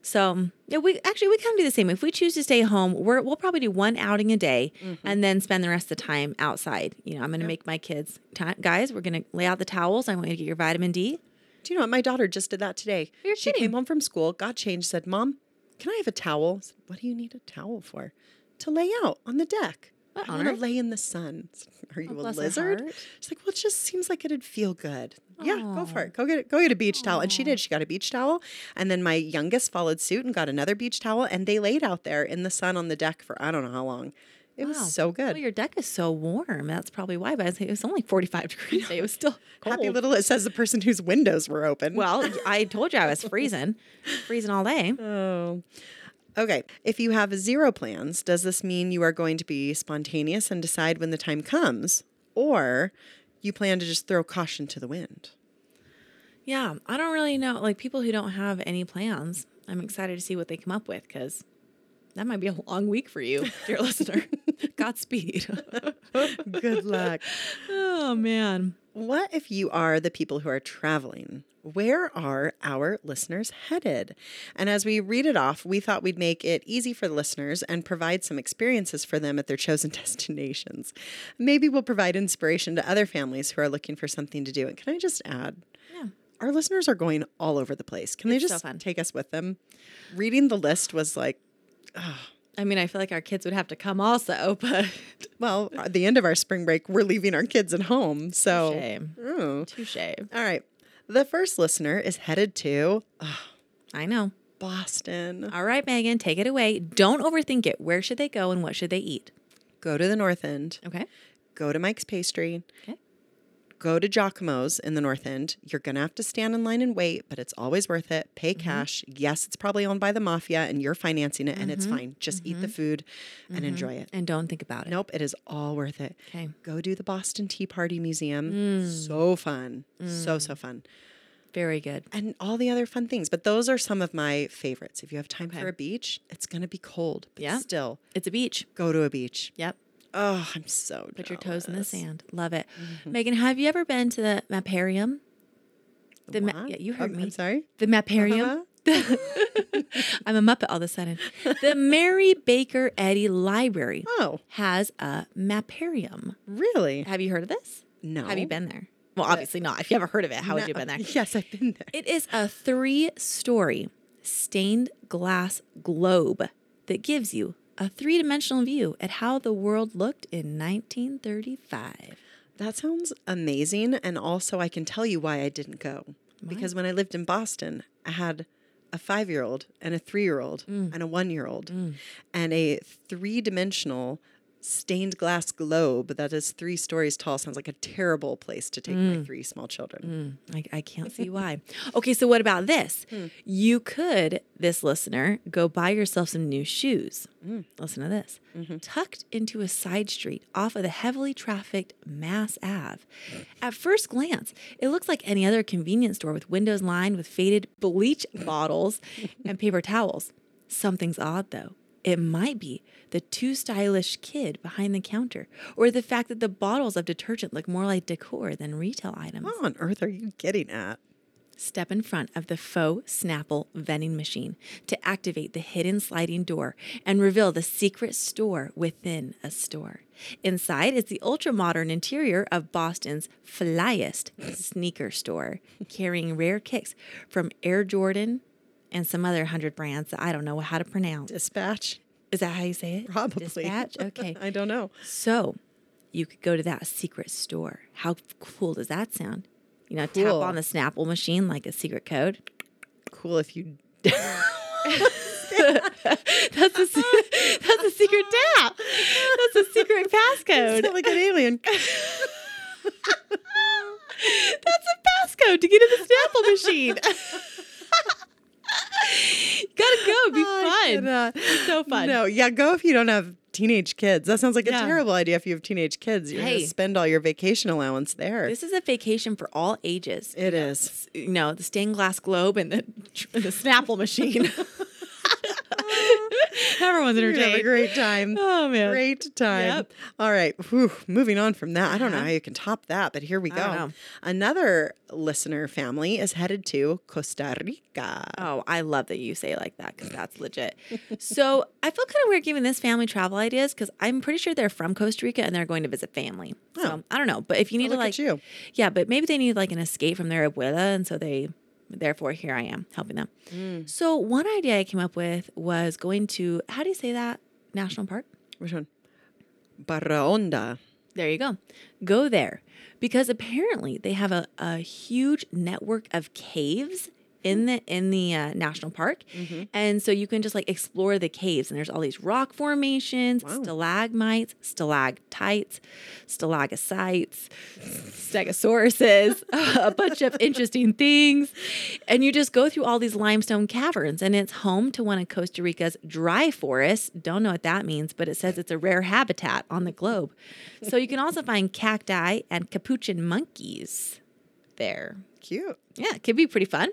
S2: So yeah, we actually we kind of do the same. If we choose to stay home, we're, we'll probably do one outing a day
S1: Mm-hmm.
S2: and then spend the rest of the time outside. You know, I'm going to make my kids time. Guys, we're going to lay out the towels. I want you to get your vitamin D.
S1: Do you know what? My daughter just did that today.
S2: You're
S1: she
S2: kidding.
S1: came home from school, got changed, said, Mom, can I have a towel? I said, what do you need a towel for? To lay out on the deck.
S2: What
S1: I
S2: on
S1: want to
S2: earth?" Oh,
S1: lay in the sun. I said, Are you a
S2: bless her
S1: lizard?
S2: heart.
S1: She's like, Well, it just seems like it'd feel good. Yeah, go for
S2: Aw.
S1: it. Go get it. Go get a beach towel. And she did. She got a beach towel. And then my youngest followed suit and got another beach towel. And they laid out there in the sun on the deck for I don't know how long. It
S2: Wow.
S1: was so
S2: Well,
S1: good.
S2: your deck is so warm. That's probably why. But I was- it was only 45 degrees today. It was still cold.
S1: Happy little, it says the person whose windows were open.
S2: well, I told you I was freezing, freezing all day.
S1: Oh. Okay. If you have zero plans, does this mean you are going to be spontaneous and decide when the time comes? Or you plan to just throw caution to the wind?
S2: Yeah, I don't really know. Like people who don't have any plans, I'm excited to see what they come up with because that might be a long week for you, dear listener. Godspeed.
S1: Good luck.
S2: oh, man.
S1: What if you are the people who are traveling? Where are our listeners headed? And as we read it off, we thought we'd make it easy for the listeners and provide some experiences for them at their chosen destinations. Maybe we'll provide inspiration to other families who are looking for something to do. And can I just add?
S2: Yeah.
S1: Our listeners are going all over the place. Can
S2: It's
S1: they
S2: so
S1: just
S2: fun.
S1: take us with them? Reading the list was like,
S2: I mean, I feel like our kids would have to come also, but
S1: well, at the end of our spring break, we're leaving our kids at home. So,
S2: Touche.
S1: Mm.
S2: touche.
S1: all right. The first listener is headed to. ugh,
S2: I know.
S1: Boston.
S2: All right, Megan, take it away. Don't overthink it. Where should they go and what should they eat?
S1: Go to the North End.
S2: Okay.
S1: Go to Mike's Pastry.
S2: Okay.
S1: Go to Giacomo's in the North End. You're going to have to stand in line and wait, but it's always worth it. Pay
S2: Mm-hmm.
S1: cash. Yes, it's probably owned by the mafia and you're financing it and it's
S2: Mm-hmm.
S1: fine. Just eat the food and enjoy it.
S2: And don't think about it.
S1: Nope, it is all worth it.
S2: Mm-hmm. Okay. Mm.
S1: Go do the Boston Tea Party Museum. So fun. So, so fun.
S2: Very good.
S1: and all the other fun things. But those are some of my favorites. If you have time
S2: Okay.
S1: for a beach, it's going to be cold, but
S2: Yeah.
S1: still
S2: It's a beach.
S1: go to a beach.
S2: Yep.
S1: Oh, I'm so
S2: Put your toes in the
S1: jealous.
S2: sand. Love it.
S1: Mm-hmm.
S2: Megan, have you ever been to the Maparium? The ma-
S1: What?
S2: yeah, you heard
S1: Um,
S2: me.
S1: I'm sorry. Uh-huh.
S2: The Maparium. I'm a Muppet all of a sudden. The Mary Baker Eddy Library
S1: Oh,
S2: has a Maparium.
S1: really?
S2: Have you heard of this?
S1: No.
S2: Have you been there? Well, obviously not. If you haven't heard of it, how would you have been there?
S1: Yes, I've been there.
S2: It is a three story stained glass globe that gives you a three dimensional view at how the world looked in 1935.
S1: That sounds amazing. And also, I can tell you why I didn't go. Because when I lived in Boston, I had a five year old and a three year old
S2: Mm.
S1: and a one year old and a three dimensional stained glass globe that is three stories tall. Sounds like a terrible place to take
S2: Mm.
S1: my three small children.
S2: I, I can't see why. Okay, so what about this? You could, this listener, go buy yourself some new shoes. Listen to this. Tucked into a side street off of the heavily trafficked Mass Ave. At first glance, it looks like any other convenience store with windows lined with faded bleach bottles and paper towels. Something's odd though. It might be the too stylish kid behind the counter, or the fact that the bottles of detergent look more like decor than retail items
S1: What on earth are you getting at?
S2: step in front of the faux Snapple vending machine to activate the hidden sliding door and reveal the secret store within a store. Inside is the ultra modern interior of Boston's flyest sneaker store, carrying rare kicks from Air Jordan and some other hundred brands that I don't know how to pronounce.
S1: Dispatch?
S2: Is that how you say it?
S1: Probably.
S2: Dispatch? Okay.
S1: I don't know.
S2: So you could go to that secret store. How f- cool does that sound? You know, tap
S1: Cool.
S2: on the Snapple machine like a secret code.
S1: Cool if you.
S2: That's a se- that's a secret tap. That's a secret passcode.
S1: Sound like an alien.
S2: That's a passcode to get in the Snapple machine. Gotta go. Be
S1: I
S2: fun.
S1: cannot.
S2: It's so fun.
S1: No, yeah, go if you don't have teenage kids. That sounds like
S2: Yeah.
S1: a terrible idea if you have teenage kids. You're going
S2: Hey.
S1: to spend all your vacation allowance there.
S2: This is a vacation for all ages.
S1: it is.
S2: you know, the stained glass globe and the, and the Snapple machine. Everyone's
S1: You're gonna have a
S2: entertained.
S1: great time.
S2: Oh man.
S1: Great time.
S2: Yep.
S1: All right. Whew, moving on from that. I don't know
S2: Uh-huh.
S1: how you can top that, but here we
S2: I don't
S1: go.
S2: know.
S1: Another listener family is headed to Costa Rica.
S2: Oh, I love that you say it like that because that's legit. so I feel kind of weird giving this family travel ideas because I'm pretty sure they're from Costa Rica and they're going to visit family. So
S1: Oh.
S2: I don't know, but if you need to
S1: look at
S2: like,
S1: you.
S2: yeah, but maybe they need like an escape from their abuela, and so they, therefore, here I am helping them.
S1: Mm.
S2: So one idea I came up with was going to how do you say that national park?
S1: Which one? Barraonda.
S2: There you go. Go there because apparently they have a, a huge network of caves in the in the uh, national park, and so you can just like explore the caves. And there's all these rock formations, stalagmites, stalactites, stalagocites, stegosauruses, a bunch of interesting things, and you just go through all these limestone caverns. And it's home to one of Costa Rica's dry forests. Don't know what that means, but it says it's a rare habitat on the globe. So you can also find cacti and capuchin monkeys there.
S1: Cute.
S2: Yeah, it could be pretty fun.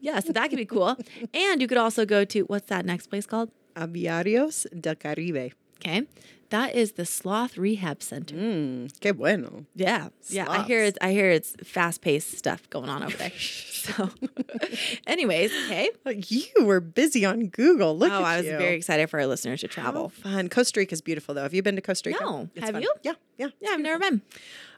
S2: Yeah, so that could be cool. And you could also go to what's that next place called?
S1: Aviarios del Caribe.
S2: Okay. That is the Sloth Rehab Center.
S1: Mm, qué bueno.
S2: Yeah. Yeah. I hear it's I hear it's fast paced stuff going on over there. So anyways, okay.
S1: You were busy on Google. Look
S2: Oh,
S1: at
S2: I was
S1: you. Oh,
S2: very excited for our listeners to
S1: How
S2: travel.
S1: fun. Costa Rica is beautiful, though. Have you been to Costa Rica?
S2: No.
S1: It's
S2: Have
S1: fun.
S2: you?
S1: Yeah, yeah.
S2: Yeah, I've never been.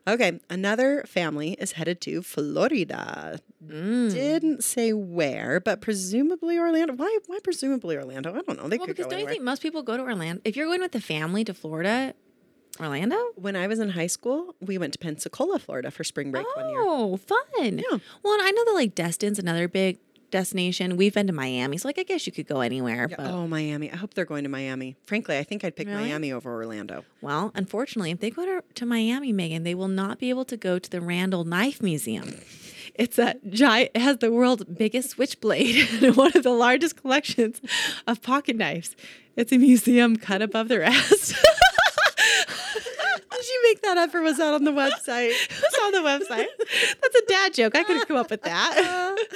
S1: Okay, another family is headed to Florida.
S2: Mm.
S1: Didn't say where, but presumably Orlando. Why? Why presumably Orlando? I don't know. They
S2: Well,
S1: could
S2: because
S1: go
S2: don't you
S1: anywhere.
S2: think most people go to Orlando? If you're going with the family to Florida, Orlando?
S1: when I was in high school, we went to Pensacola, Florida, for spring break one year.
S2: Oh, fun.
S1: Yeah.
S2: Well, and I know that like Destin's another big destination. We've been to Miami, so like I guess you could go anywhere.
S1: Yeah,
S2: But
S1: oh, Miami. I hope they're going to Miami. Frankly, I think I'd pick
S2: Really?
S1: Miami over Orlando.
S2: well, unfortunately, if they go to, to Miami, Megan, they will not be able to go to the Randall Knife Museum. It's a giant. It has the world's biggest switchblade and one of the largest collections of pocket knives. It's a museum cut above the rest.
S1: Did you make that up or was that on the website?
S2: it's on the website. That's a dad joke. I could have come up with that.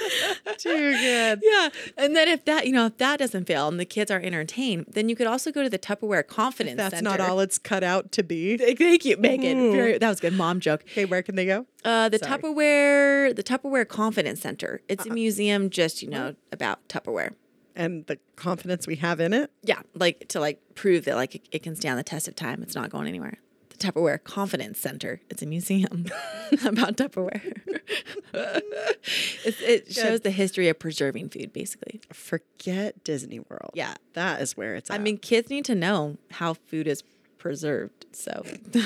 S1: Too good.
S2: yeah. And then if that, you know, if that doesn't fail and the kids are entertained, then you could also go to the Tupperware Confidence
S1: That's
S2: Center.
S1: not all it's cut out to be.
S2: Th- Thank you, Megan.
S1: Ooh.
S2: Very, that was a good mom joke.
S1: Okay, where can they go?
S2: Uh, the
S1: Sorry. Uh-huh.
S2: Tupperware, the Tupperware Confidence Center. It's a museum just you know about Tupperware.
S1: And the confidence we have in it.
S2: Yeah, like to like prove that like it, it can stand the test of time. It's not going anywhere. The Tupperware Confidence Center. It's a museum about Tupperware. it it shows the history of preserving food, basically.
S1: Forget Disney World.
S2: Yeah.
S1: That is where it's at.
S2: I mean, kids need to know how food is preserved. So, in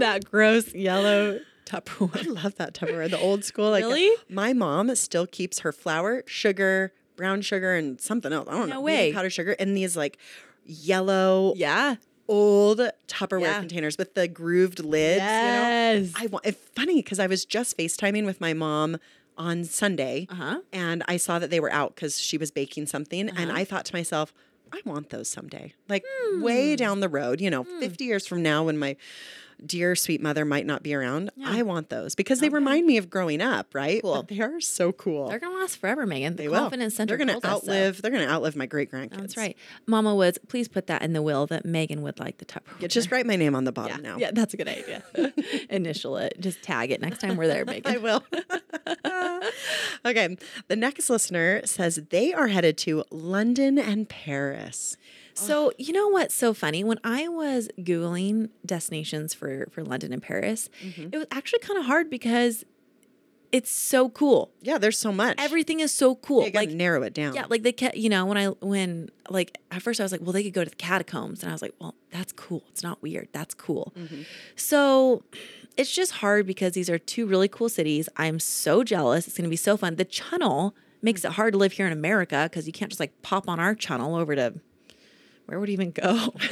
S2: that gross yellow
S1: I
S2: Tupperware.
S1: love that Tupperware. The old school. Like,
S2: Really?
S1: My mom still keeps her flour, sugar, brown sugar, and something else. I don't
S2: No
S1: know.
S2: way.
S1: Powder sugar in these like yellow
S2: Yeah.
S1: old Tupperware
S2: Yeah.
S1: containers with the grooved lids.
S2: Yes.
S1: You know? I want. It's funny because I was just FaceTiming with my mom on Sunday,
S2: Uh-huh.
S1: and I saw that they were out because she was baking something, and I thought to myself. I want those someday, like
S2: Hmm.
S1: way down the road, you know, 50 years from now when my dear sweet mother might not be around. I want those because they remind me of growing up, right? Well, they are so cool.
S2: They're gonna last forever, Megan. The
S1: They will.
S2: confidence center.
S1: They're going
S2: told
S1: to
S2: us so.
S1: outlive, they're going to outlive my great grandkids.
S2: That's right, Mama Woods. Please put that in the will that Megan would like the Tupperware.
S1: Just write my name on the bottom now.
S2: yeah, that's a good idea. Initial it. Just tag it next time we're there,
S1: I
S2: Megan.
S1: will. okay. The next listener says they are headed to London and Paris.
S2: So you know what's so funny? When I was googling destinations for for London and Paris,
S1: Mm-hmm.
S2: it was actually kind of hard because it's so cool.
S1: Yeah, there's so much.
S2: Everything is so cool.
S1: you gotta
S2: Like
S1: narrow it down.
S2: yeah, like they kept you know when I when like at first I was like, well, they could go to the catacombs, and I was like, well, that's cool. It's not weird. That's cool.
S1: Mm-hmm.
S2: So it's just hard because these are two really cool cities. I'm so jealous. It's gonna be so fun. The channel makes it hard to live here in America because you can't just like pop on our channel over to. Where would you even go?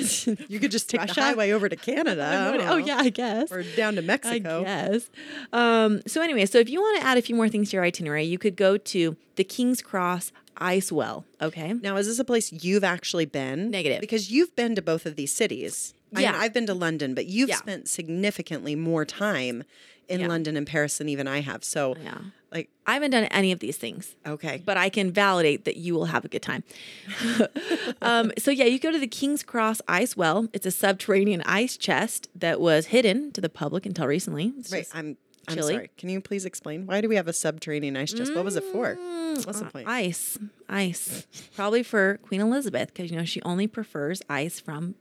S1: you could just take
S2: Russia?
S1: the highway over to Canada. I don't
S2: oh
S1: know.
S2: yeah, I guess.
S1: Or down to Mexico.
S2: I guess. Um, so anyway, so if you want to add a few more things to your itinerary, you could go to the King's Cross Ice Well. Okay.
S1: Now, is this a place you've actually been?
S2: Negative.
S1: Because you've been to both of these cities. I
S2: Yeah.
S1: mean, I've been to London, but you've
S2: Yeah.
S1: spent significantly more time in
S2: Yeah.
S1: London and Paris than even I have. So,
S2: Yeah.
S1: like,
S2: I haven't done any of these things,
S1: okay.
S2: but I can validate that you will have a good time. um, so yeah, you go to the King's Cross Ice Well. It's a subterranean ice chest that was hidden to the public until recently. It's
S1: Right.
S2: just-
S1: I'm, I'm
S2: chilly.
S1: sorry. Can you please explain? Why do we have a subterranean ice chest? What was it for?
S2: Mm,
S1: What's the
S2: uh,
S1: point?
S2: Ice, ice, probably for Queen Elizabeth because you know she only prefers ice from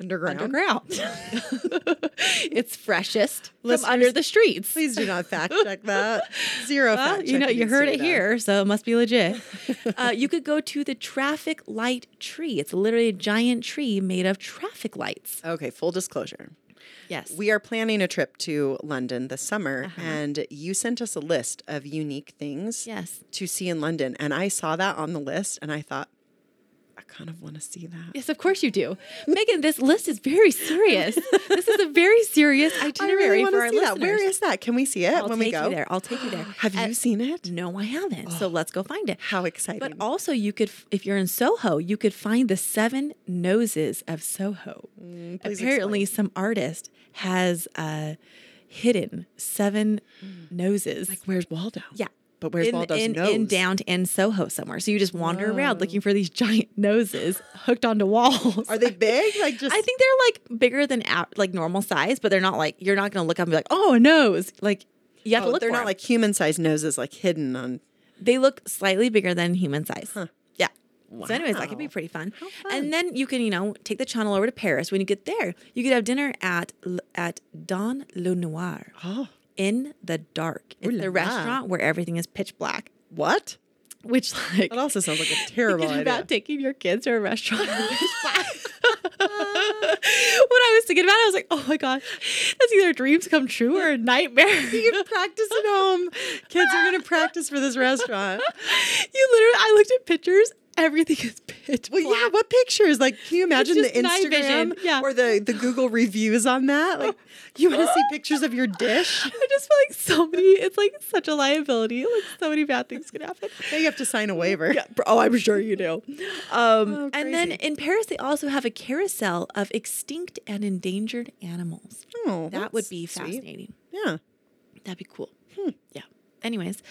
S1: Underground.
S2: underground. it's freshest
S1: Listeners,
S2: from under the streets.
S1: Please do not fact check that. Zero
S2: Well,
S1: fact check.
S2: you know, you heard it here, so it must be legit. uh, you could go to the traffic light tree. It's literally a giant tree made of traffic lights.
S1: Okay, full disclosure.
S2: Yes.
S1: We are planning a trip to London this summer,
S2: Uh-huh.
S1: and you sent us a list of unique things
S2: yes.
S1: to see in London. And I saw that on the list, and I thought, I kind of want to see that.
S2: Yes, of course you do. Megan, this list is very serious. this is a very serious
S1: I
S2: itinerary
S1: really want
S2: for
S1: to
S2: our
S1: see
S2: listeners.
S1: that. Where is that? Can we see it
S2: I'll
S1: when
S2: take
S1: we go?
S2: you there. I'll take you there.
S1: Have you Oh.
S2: And-
S1: seen it?
S2: No, I haven't. So let's go find it.
S1: How exciting!
S2: But also, you could, f- if you're in Soho, you could find the seven noses of Soho.
S1: Mm, please
S2: Apparently, some artist has uh, hidden seven noses.
S1: where's Waldo?
S2: yeah.
S1: But Mm. where's
S2: in,
S1: Waldo's
S2: in,
S1: nose?
S2: In down in Soho somewhere. So you just wander around looking for these giant noses hooked onto walls.
S1: Are they big? Like just
S2: I think they're like bigger than out, like normal size, but they're not like you're not gonna look up and be like, oh, a nose. Like you have to
S1: Oh,
S2: look.
S1: they're
S2: for
S1: not
S2: 'em.
S1: like human sized noses, like hidden on.
S2: they look slightly bigger than human size. Yeah. So, anyways, that could be
S1: Wow.
S2: pretty fun. And then you can, you know, take the channel over to Paris. When you get there, you could have dinner at L- at Don Le Noir
S1: Oh,
S2: in the dark. It's
S1: Ooh la
S2: the
S1: la.
S2: restaurant where everything is pitch black,
S1: what?
S2: which like
S1: That also sounds like a
S2: thinking
S1: terrible idea.
S2: about taking your kids to a restaurant. in pitch black. I was thinking about it, I was like, oh my gosh, that's either dreams come true or a nightmare.
S1: You practice at home. Kids are going to practice for this restaurant.
S2: you literally, I looked at pictures. Everything is pitch
S1: Well,
S2: black.
S1: yeah. What pictures? Like, can you imagine the
S2: just night vision,
S1: Instagram
S2: yeah.
S1: or the the Google reviews on that? Like, you want to see pictures of your dish?
S2: I just feel like so many. It's like such a liability. Like so many bad things could happen.
S1: Now you have to sign a waiver.
S2: Yeah, br- oh, I'm sure you do. Um,
S1: Oh,
S2: and then
S1: crazy.
S2: in Paris, they also have a carousel of extinct and endangered animals.
S1: Oh,
S2: that would
S1: that's
S2: be
S1: sweet. Hmm.
S2: fascinating.
S1: Yeah.
S2: That'd be cool. Yeah. Anyways,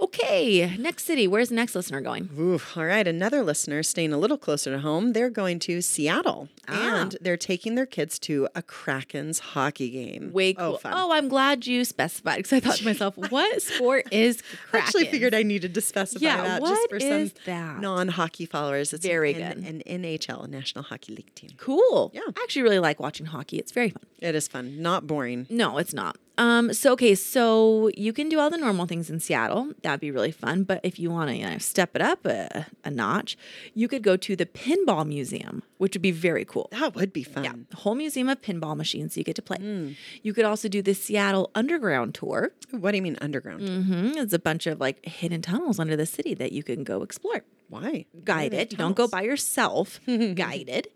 S2: okay. Next city. Where's the next listener going?
S1: Ooh, all right. Another listener staying a little closer to home. They're going to Seattle
S2: Ah.
S1: and they're taking their kids to a Kraken's hockey game.
S2: Way
S1: Oh,
S2: cool.
S1: fun.
S2: Oh, I'm glad you specified because I thought to myself, what sport is
S1: I
S2: Kraken?
S1: actually figured I needed to specify
S2: Yeah,
S1: that just
S2: what
S1: for
S2: is
S1: some
S2: that?
S1: non-hockey followers. It's
S2: Very good.
S1: an, N- an NHL, National Hockey League team.
S2: cool.
S1: Yeah.
S2: I actually really like watching hockey. It's very fun.
S1: It is fun, not boring.
S2: No, it's not. Um, so okay, so you can do all the normal things in Seattle. That'd be really fun. But if you want to you know, step it up a, a notch, you could go to the pinball museum, which would be very cool.
S1: That would be fun.
S2: Yeah, the whole museum of pinball machines you get to play. You could also do the Seattle Underground tour.
S1: Ooh, What do you mean underground?
S2: Mm-hmm. It's a bunch of like hidden tunnels under the city that you can go explore.
S1: Why?
S2: Guided. You don't go by yourself. guided.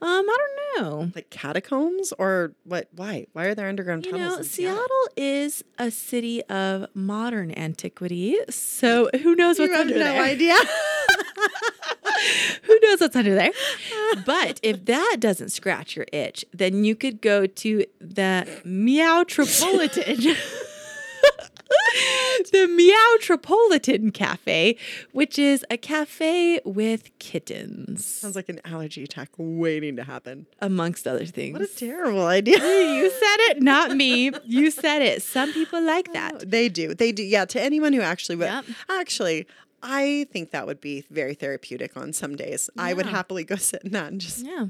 S2: Um, I don't know.
S1: Like catacombs or what? Why? Why are there underground
S2: You
S1: tunnels?
S2: know,
S1: in Seattle?
S2: Seattle is a city of modern antiquity, so who knows what's
S1: You have
S2: under
S1: no
S2: there?
S1: idea.
S2: Who knows what's under there? but if that doesn't scratch your itch, then you could go to the Meowtropolitan. the Meowtropolitan Cafe, which is a cafe with kittens,
S1: Sounds like an allergy attack waiting to happen.
S2: amongst other things.
S1: What a terrible idea.
S2: you said it, not me. You said it. Some people like that.
S1: They do. They do. Yeah, to anyone who actually would.
S2: Yep.
S1: Actually, I think that would be very therapeutic on some days. I would
S2: Yeah.
S1: happily go sit in that and just
S2: Yeah.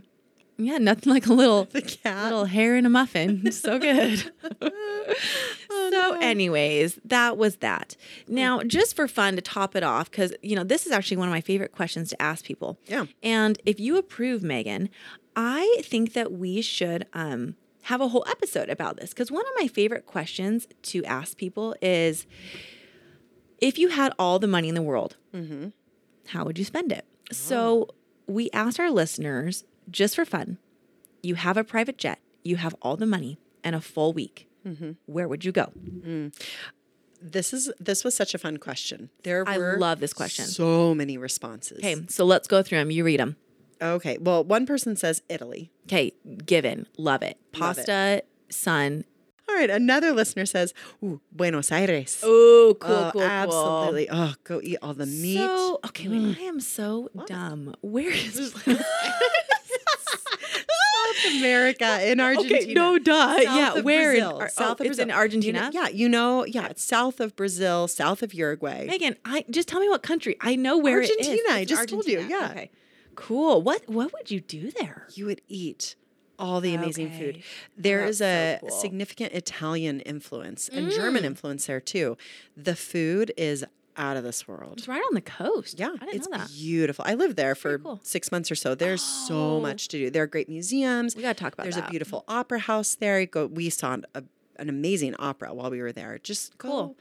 S2: Yeah, nothing like a little
S1: the cat.
S2: little hair in a muffin. So good. Oh, so, anyways, that was that. Now, just for fun to top it off, because you know, this is actually one of my favorite questions to ask people.
S1: Yeah.
S2: And if you approve, Megan, I think that we should um have a whole episode about this because one of my favorite questions to ask people is if you had all the money in the world, how would you spend it? So we asked our listeners just for fun you have a private jet, you have all the money, and a full week.
S1: Mm-hmm.
S2: Where would you go?
S1: This is this was such a fun question. There
S2: I
S1: were
S2: love this question.
S1: so many responses.
S2: Okay, so let's go through them. You read them.
S1: Okay. Well, one person says Italy.
S2: Okay, given, love it.
S1: Love it.
S2: Pasta, sun.
S1: All right. Another listener says, Ooh, Buenos Aires.
S2: Oh, cool,
S1: Oh, absolutely. Oh, go eat all the meat. Mm.
S2: So, okay, wait, I am so dumb. Where is
S1: South America in Argentina.
S2: Okay, no, duh.
S1: South
S2: yeah,
S1: of
S2: where in
S1: Brazil.
S2: Ar-
S1: south
S2: oh,
S1: of
S2: it's in
S1: Brazil.
S2: Argentina?
S1: You know- yeah, you know, yeah, it's south of Brazil, south of Uruguay.
S2: Megan, I just tell me what country. I know where it is.
S1: Argentina, I
S2: It's
S1: just told you,
S2: Argentina.
S1: yeah.
S2: Okay. Cool. What what would you do there?
S1: You would eat all the amazing food.
S2: Okay.
S1: There
S2: That's
S1: is a
S2: so cool. Mm.
S1: significant Italian influence and German influence there too. The food is out of this world.
S2: It's right on the coast.
S1: Yeah,
S2: I didn't
S1: it's
S2: know that.
S1: beautiful. I lived there for
S2: pretty cool.
S1: six months or so. There's
S2: Oh.
S1: so much to do. There are great museums.
S2: We gotta talk about
S1: There's
S2: that.
S1: a beautiful opera house there. You Go, we saw an, a, an amazing opera while we were there. Just go
S2: Cool.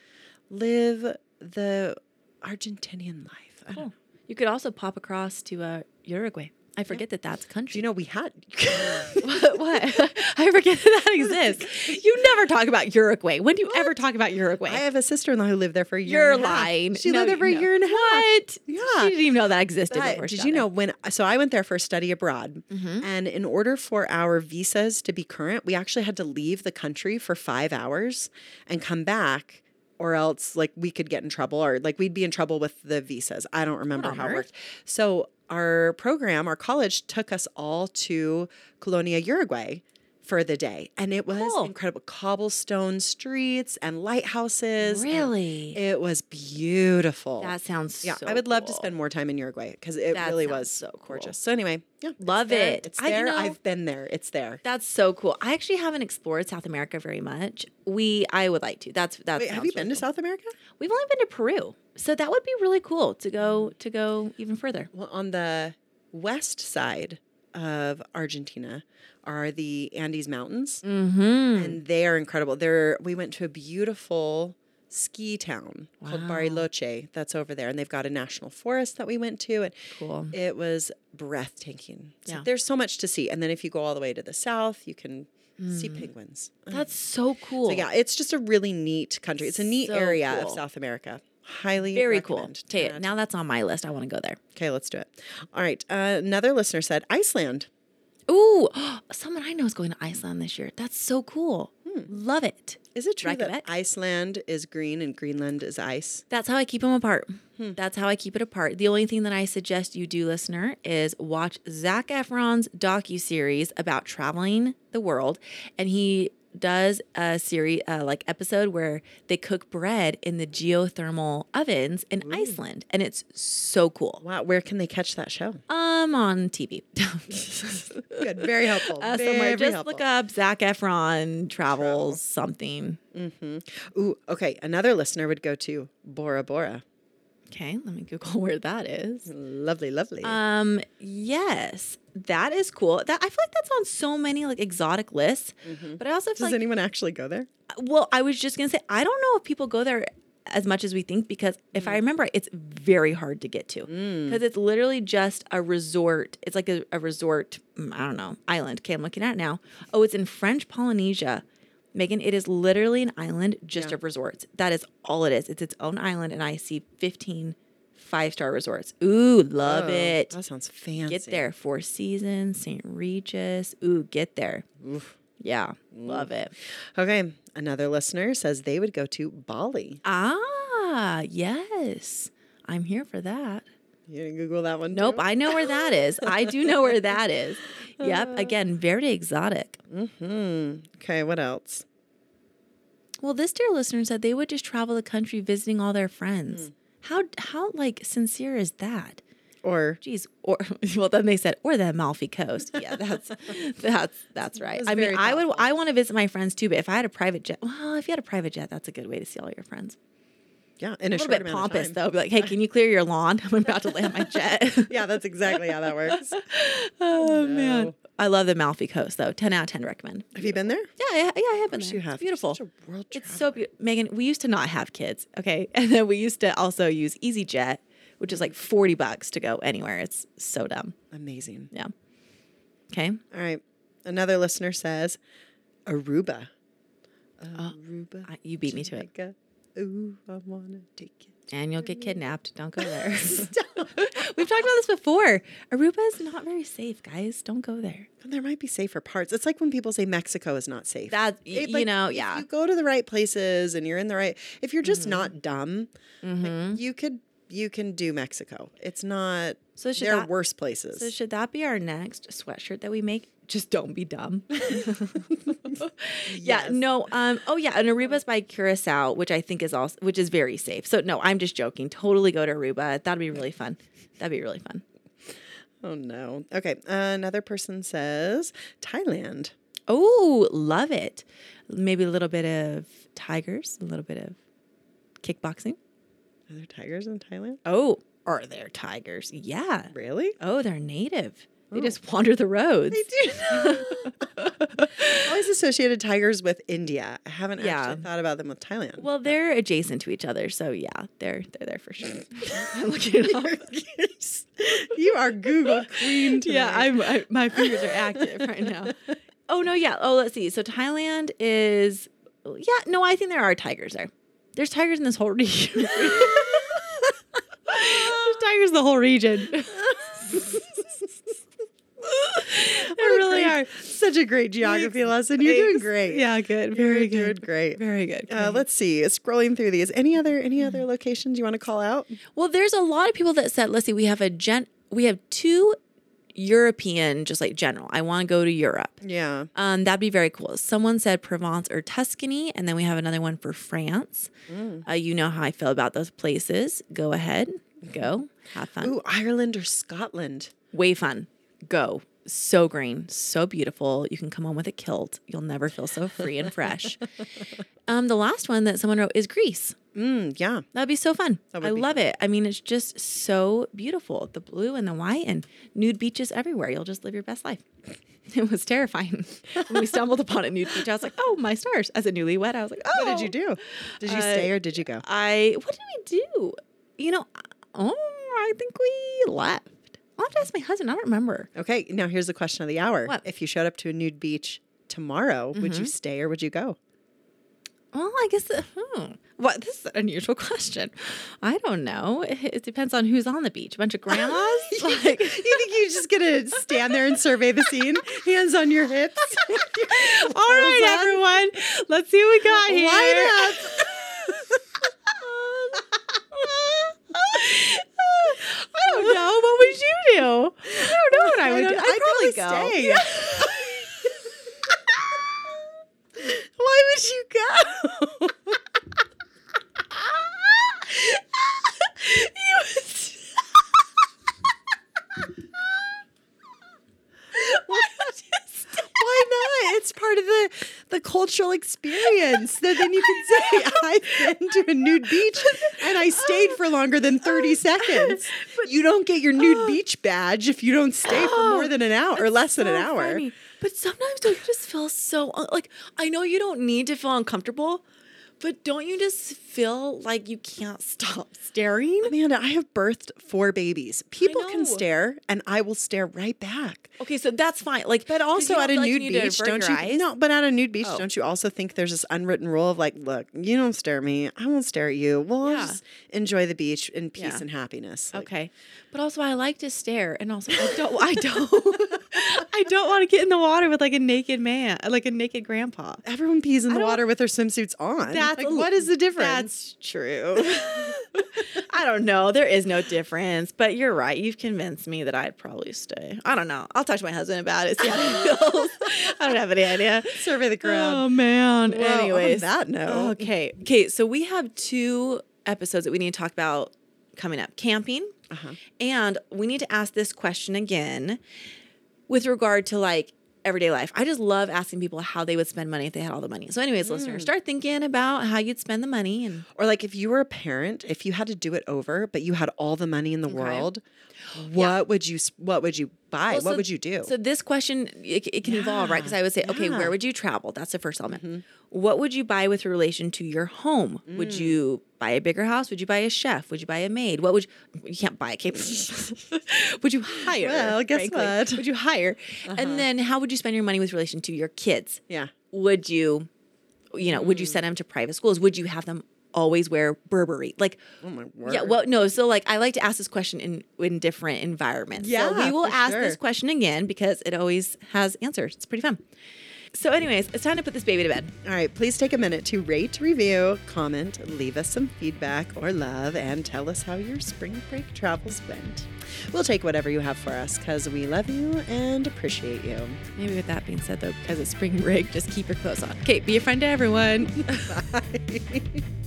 S1: live the Argentinian life. I don't
S2: Cool. Oh, You could also pop across to uh, Uruguay. I forget that that's a
S1: Do
S2: country.
S1: you know we had?
S2: what? what? I forget that that exists. You never talk about Uruguay. When do you ever talk about Uruguay?
S1: I have a sister-in-law who lived there for a year.
S2: You're
S1: and a half.
S2: lying.
S1: She
S2: No,
S1: lived there for
S2: no.
S1: a year and a half.
S2: What?
S1: Yeah.
S2: She didn't even know that existed
S1: But
S2: before. she
S1: did
S2: got
S1: you
S2: there. Mm-hmm.
S1: know when? So I went there for study abroad, and in order for our visas to be current, we actually had to leave the country for five hours and come back, or else like we could get in trouble, or like we'd be in trouble with the visas. I don't remember how it
S2: Bummer.
S1: worked. So our program, our college, took us all to Colonia, Uruguay. For the day, and it was
S2: Cool.
S1: incredible cobblestone streets and lighthouses. and
S2: Really?
S1: it was beautiful.
S2: that sounds
S1: Yeah,
S2: so
S1: I would love to
S2: cool.
S1: spend more time in Uruguay because it
S2: That
S1: really
S2: sounds
S1: was
S2: so cool.
S1: gorgeous. So anyway, yeah, it's
S2: Love
S1: there.
S2: it.
S1: It's
S2: I- you
S1: there.
S2: know-
S1: I've been there. It's there.
S2: That's so cool. I actually haven't explored South America very much. We I would like to. That's that's
S1: Wait, have you been to South America?
S2: We've only been to Peru. So that would be really cool to go to go even further.
S1: Well, on the west side of Argentina are the Andes Mountains,
S2: Mm-hmm.
S1: and they are incredible. They're, we went to a beautiful ski town called
S2: Wow.
S1: Bariloche that's over there, and they've got a national forest that we went to, and
S2: Cool.
S1: it was breathtaking. So
S2: Yeah.
S1: there's so much to see, and then if you go all the way to the south, you can see penguins.
S2: That's so cool.
S1: So yeah, it's just a really neat country. It's a neat
S2: So
S1: area of
S2: cool.
S1: South America. Highly
S2: Very
S1: recommend.
S2: cool. Tell you, now that's on my list. I want to go there.
S1: Okay, let's do it. All right. Uh, another listener said Iceland.
S2: Ooh, someone I know is going to Iceland this year. That's so cool. Love it.
S1: Is it true that
S2: Reykjavik?
S1: Iceland is green and Greenland is ice?
S2: That's how I keep them apart. That's how I keep it apart. The only thing that I suggest you do, listener, is watch Zach Efron's docu series about traveling the world, and he does a series uh, like episode where they cook bread in the geothermal ovens in Iceland, and it's so cool.
S1: Wow. Where can they catch that show?
S2: Um, on TV.
S1: Good. Very helpful.
S2: Uh, somewhere,
S1: Very
S2: just
S1: helpful.
S2: look up Zach Efron travels something.
S1: Ooh. Okay. Another listener would go to Bora Bora.
S2: Okay, let me Google where that
S1: Mm-hmm.
S2: is.
S1: Lovely, lovely.
S2: Um, yes, that is cool. That I feel like that's on so many like exotic lists. But I also feel
S1: Does
S2: like,
S1: anyone actually go there?
S2: well, I was just gonna say I don't know if people go there as much as we think because if
S1: Mm.
S2: I remember, it's very hard to get to because it's literally just a resort. It's like a, a resort. mm, I don't know island. Okay, I'm looking at it now. Oh, it's in French Polynesia. Megan, it is literally an island just of resorts. That is all it is. It's its own island, and I see 15 five star resorts. Ooh, love
S1: Oh,
S2: it.
S1: That sounds fancy.
S2: Get there. Four Seasons, St. Regis. Ooh, get there.
S1: Oof. Mm.
S2: Yeah, love it.
S1: Okay. Another listener says they would go to Bali.
S2: Ah, yes. I'm here for that.
S1: You didn't Google that one?
S2: Nope, I know where that is. I do know where that is. Yep, again, very exotic.
S1: Hmm. Okay. What else?
S2: Well, this dear listener said they would just travel the country visiting all their friends.
S1: Hmm.
S2: How how like sincere is that?
S1: Or
S2: Jeez, or well, then they said, or the Amalfi Coast. Yeah, that's that's that's right.
S1: was
S2: I mean,
S1: very
S2: I would
S1: thoughtful.
S2: I want to visit my friends too, but if I had a private jet, well, if you had a private jet, that's a good way to see all your friends.
S1: yeah, in a,
S2: A little
S1: short
S2: bit
S1: amount of
S2: pompous
S1: time.
S2: though, be like, hey, can you clear your lawn? I'm about to land my jet.
S1: Yeah, that's exactly how that works.
S2: oh man,
S1: No.
S2: I love the Amalfi Coast though. Ten out of ten recommend.
S1: Have you been there?
S2: Yeah, I, yeah, I have been there.
S1: You have
S2: It's beautiful.
S1: You're such a world
S2: It's
S1: traveler.
S2: so beautiful. Megan, we used to not have kids, okay? And then we used to also use EasyJet, which is like 40 bucks to go anywhere. It's so dumb.
S1: amazing.
S2: Yeah. Okay.
S1: All right. Another listener says Aruba. Aruba.
S2: Uh, I- you beat me to it.
S1: Jamaica. Ooh, I want to take it.
S2: And you'll get kidnapped. Don't go there. We've talked about this before. Aruba is not very safe, guys. Don't go there.
S1: And there might be safer parts. It's like when people say Mexico is not safe.
S2: That, y-
S1: It-
S2: you
S1: like,
S2: know,
S1: if
S2: yeah.
S1: You go to the right places and you're in the right. If you're just
S2: Mm-hmm.
S1: not dumb, like, you could you can do Mexico. It's not.
S2: So should
S1: there are
S2: that-
S1: worse places.
S2: So should that be our next sweatshirt that we make? Just don't be dumb. yeah,
S1: Yes.
S2: no. Um. Oh yeah, and Aruba's by Curacao, which I think is also which is very safe. So no, I'm just joking. Totally go to Aruba. That'd be really fun. That'd be really fun.
S1: oh no. Okay. another person says Thailand.
S2: Oh, love it. Maybe a little bit of tigers, a little bit of kickboxing.
S1: Are there tigers in Thailand?
S2: Oh, are there tigers? Yeah.
S1: Really?
S2: Oh, they're native. They just wander the roads.
S1: I always associated tigers with India. I haven't
S2: Yeah.
S1: actually thought about them with Thailand.
S2: Well, they're adjacent to each other, so yeah, they're they're there for sure. I'm looking it up.
S1: you are Google queen. Tonight.
S2: yeah, I'm, I, my fingers are active right now. Oh no, yeah. Oh, let's see. So Thailand is, yeah. No, I think there are tigers there. There's tigers in this whole region. There's tigers in the whole region. there
S1: What a
S2: really
S1: great-
S2: are.
S1: Such a great geography lesson. You're doing
S2: Thanks.
S1: great.
S2: Yeah, good.
S1: You're
S2: Very
S1: doing
S2: good.
S1: great.
S2: Very good. Mm-hmm.
S1: Uh, let's see. Scrolling through these. Any other any other locations you want to call out?
S2: Well, there's a lot of people that said, let's see, we have a gen, we have two European, just like general. I want to go to Europe.
S1: Yeah.
S2: Um, that'd be very cool. Someone said Provence or Tuscany, and then we have another one for France. Uh, you know how I feel about those places. Go ahead, go have fun.
S1: Ooh, Ireland or Scotland.
S2: Way fun. Go. so green, so beautiful. You can come home with a kilt. You'll never feel so free and fresh. um, the last one that someone wrote is Greece.
S1: Mm, yeah.
S2: That'd be so fun.
S1: That would
S2: I
S1: be
S2: love it. I mean, it's just so beautiful. The blue and the white and nude beaches everywhere. You'll just live your best life. It was terrifying. when we stumbled upon a nude beach, I was like, oh my stars. As a newlywed, I was like, oh
S1: What did you do? Did you
S2: Uh,
S1: stay or did you go?
S2: I what did we do? You know, oh I think we left. I'll have to ask my husband. I don't remember.
S1: Okay, now here's the question of the hour.
S2: What? Mm-hmm.
S1: If you showed up to a nude beach tomorrow, would you stay or would you go?
S2: Well, I guess uh, hmm. what this is an unusual question. I don't know. It, it depends on who's on the beach. A bunch of grandmas. like,
S1: you think you're just gonna stand there and survey the scene, hands on your hips?
S2: all right, everyone, let's see what we got here.
S1: Line
S2: I don't know. What would you do? I don't know what I would do.
S1: don't-
S2: I'd,
S1: I'd
S2: probably
S1: probably
S2: go.
S1: stay.
S2: Why would you go? you Why would you stay?
S1: Why not? It's part of the the cultural experience. That then you can say, I've been to a nude beach and I stayed for longer than 30 seconds. you don't get your nude beach badge if you don't stay for more than an hour or less than an
S2: so
S1: hour.
S2: funny. But sometimes don't you just feel so un- like I know you don't need to feel uncomfortable, but don't you just feel like you can't stop staring?
S1: Amanda, I have birthed four babies. People
S2: know.
S1: can stare, and I will stare right back.
S2: Okay, so that's fine. Like,
S1: But
S2: 'cause
S1: also
S2: you don't
S1: at a
S2: feel like you
S1: nude
S2: need to
S1: beach,
S2: avert
S1: don't
S2: your
S1: you?
S2: eyes.
S1: No, but at a nude beach,
S2: Oh.
S1: don't you also think there's this unwritten rule of like, look, you don't stare at me, I won't stare at you. Well, I'll
S2: Yeah.
S1: just enjoy the beach in peace
S2: Yeah.
S1: and happiness. Like,
S2: Okay, but also I like to stare, and also I don't, I don't, I don't want to get in the water with like a naked man, like a naked grandpa.
S1: Everyone pees in the
S2: don't-
S1: water with their swimsuits on.
S2: That's
S1: like,
S2: a-
S1: what is the difference?
S2: That's true. I don't know. There is no difference, but you're right. You've convinced me that I'd probably stay. I don't know. I'll talk to my husband about it. See how he feels. I don't have any idea.
S1: Survey the crowd.
S2: Oh man.
S1: Well, on
S2: Anyways,
S1: that note-
S2: Okay. Okay. So we have two episodes that we need to talk about coming up: camping,
S1: Uh-huh.
S2: and we need to ask this question again with regard to like everyday life. I just love asking people how they would spend money if they had all the money. So, anyways,
S1: Mm.
S2: listeners, start thinking about how you'd spend the money and
S1: Or like if you were a parent, if you had to do it over, but you had all the money in the world, what would you s- what would you buy?
S2: Well,
S1: what
S2: so-
S1: would you do?
S2: So this question it, it can evolve, right? Because I would say, okay,
S1: yeah.
S2: where would you travel? That's the first element. What would you buy with relation to your home? Would you
S1: Mm.
S2: buy a bigger house? Would you buy a chef? Would you buy a maid? What would you, you can't buy a cape? would you hire?
S1: Well, guess what? Uh-huh.
S2: Would you hire? And then how would you spend your money with relation to your kids?
S1: yeah.
S2: Would you, you know, would
S1: Mm.
S2: you send them to private schools? Would you have them always wear Burberry? Like,
S1: Oh my word.
S2: yeah, well, no. So, like, I like to ask this question in in different environments. so
S1: Yeah,
S2: we will
S1: for
S2: ask this
S1: sure.
S2: question again because it always has answers. It's pretty fun. So, anyways, it's time to put this baby to bed.
S1: All right, please take a minute to rate, review, comment, leave us some feedback or love, and tell us how your spring break travels went. We'll take whatever you have for us because we love you and appreciate you.
S2: Maybe with that being said, though, because it's spring break, just keep your clothes on. Okay, be a friend to everyone.
S1: Bye.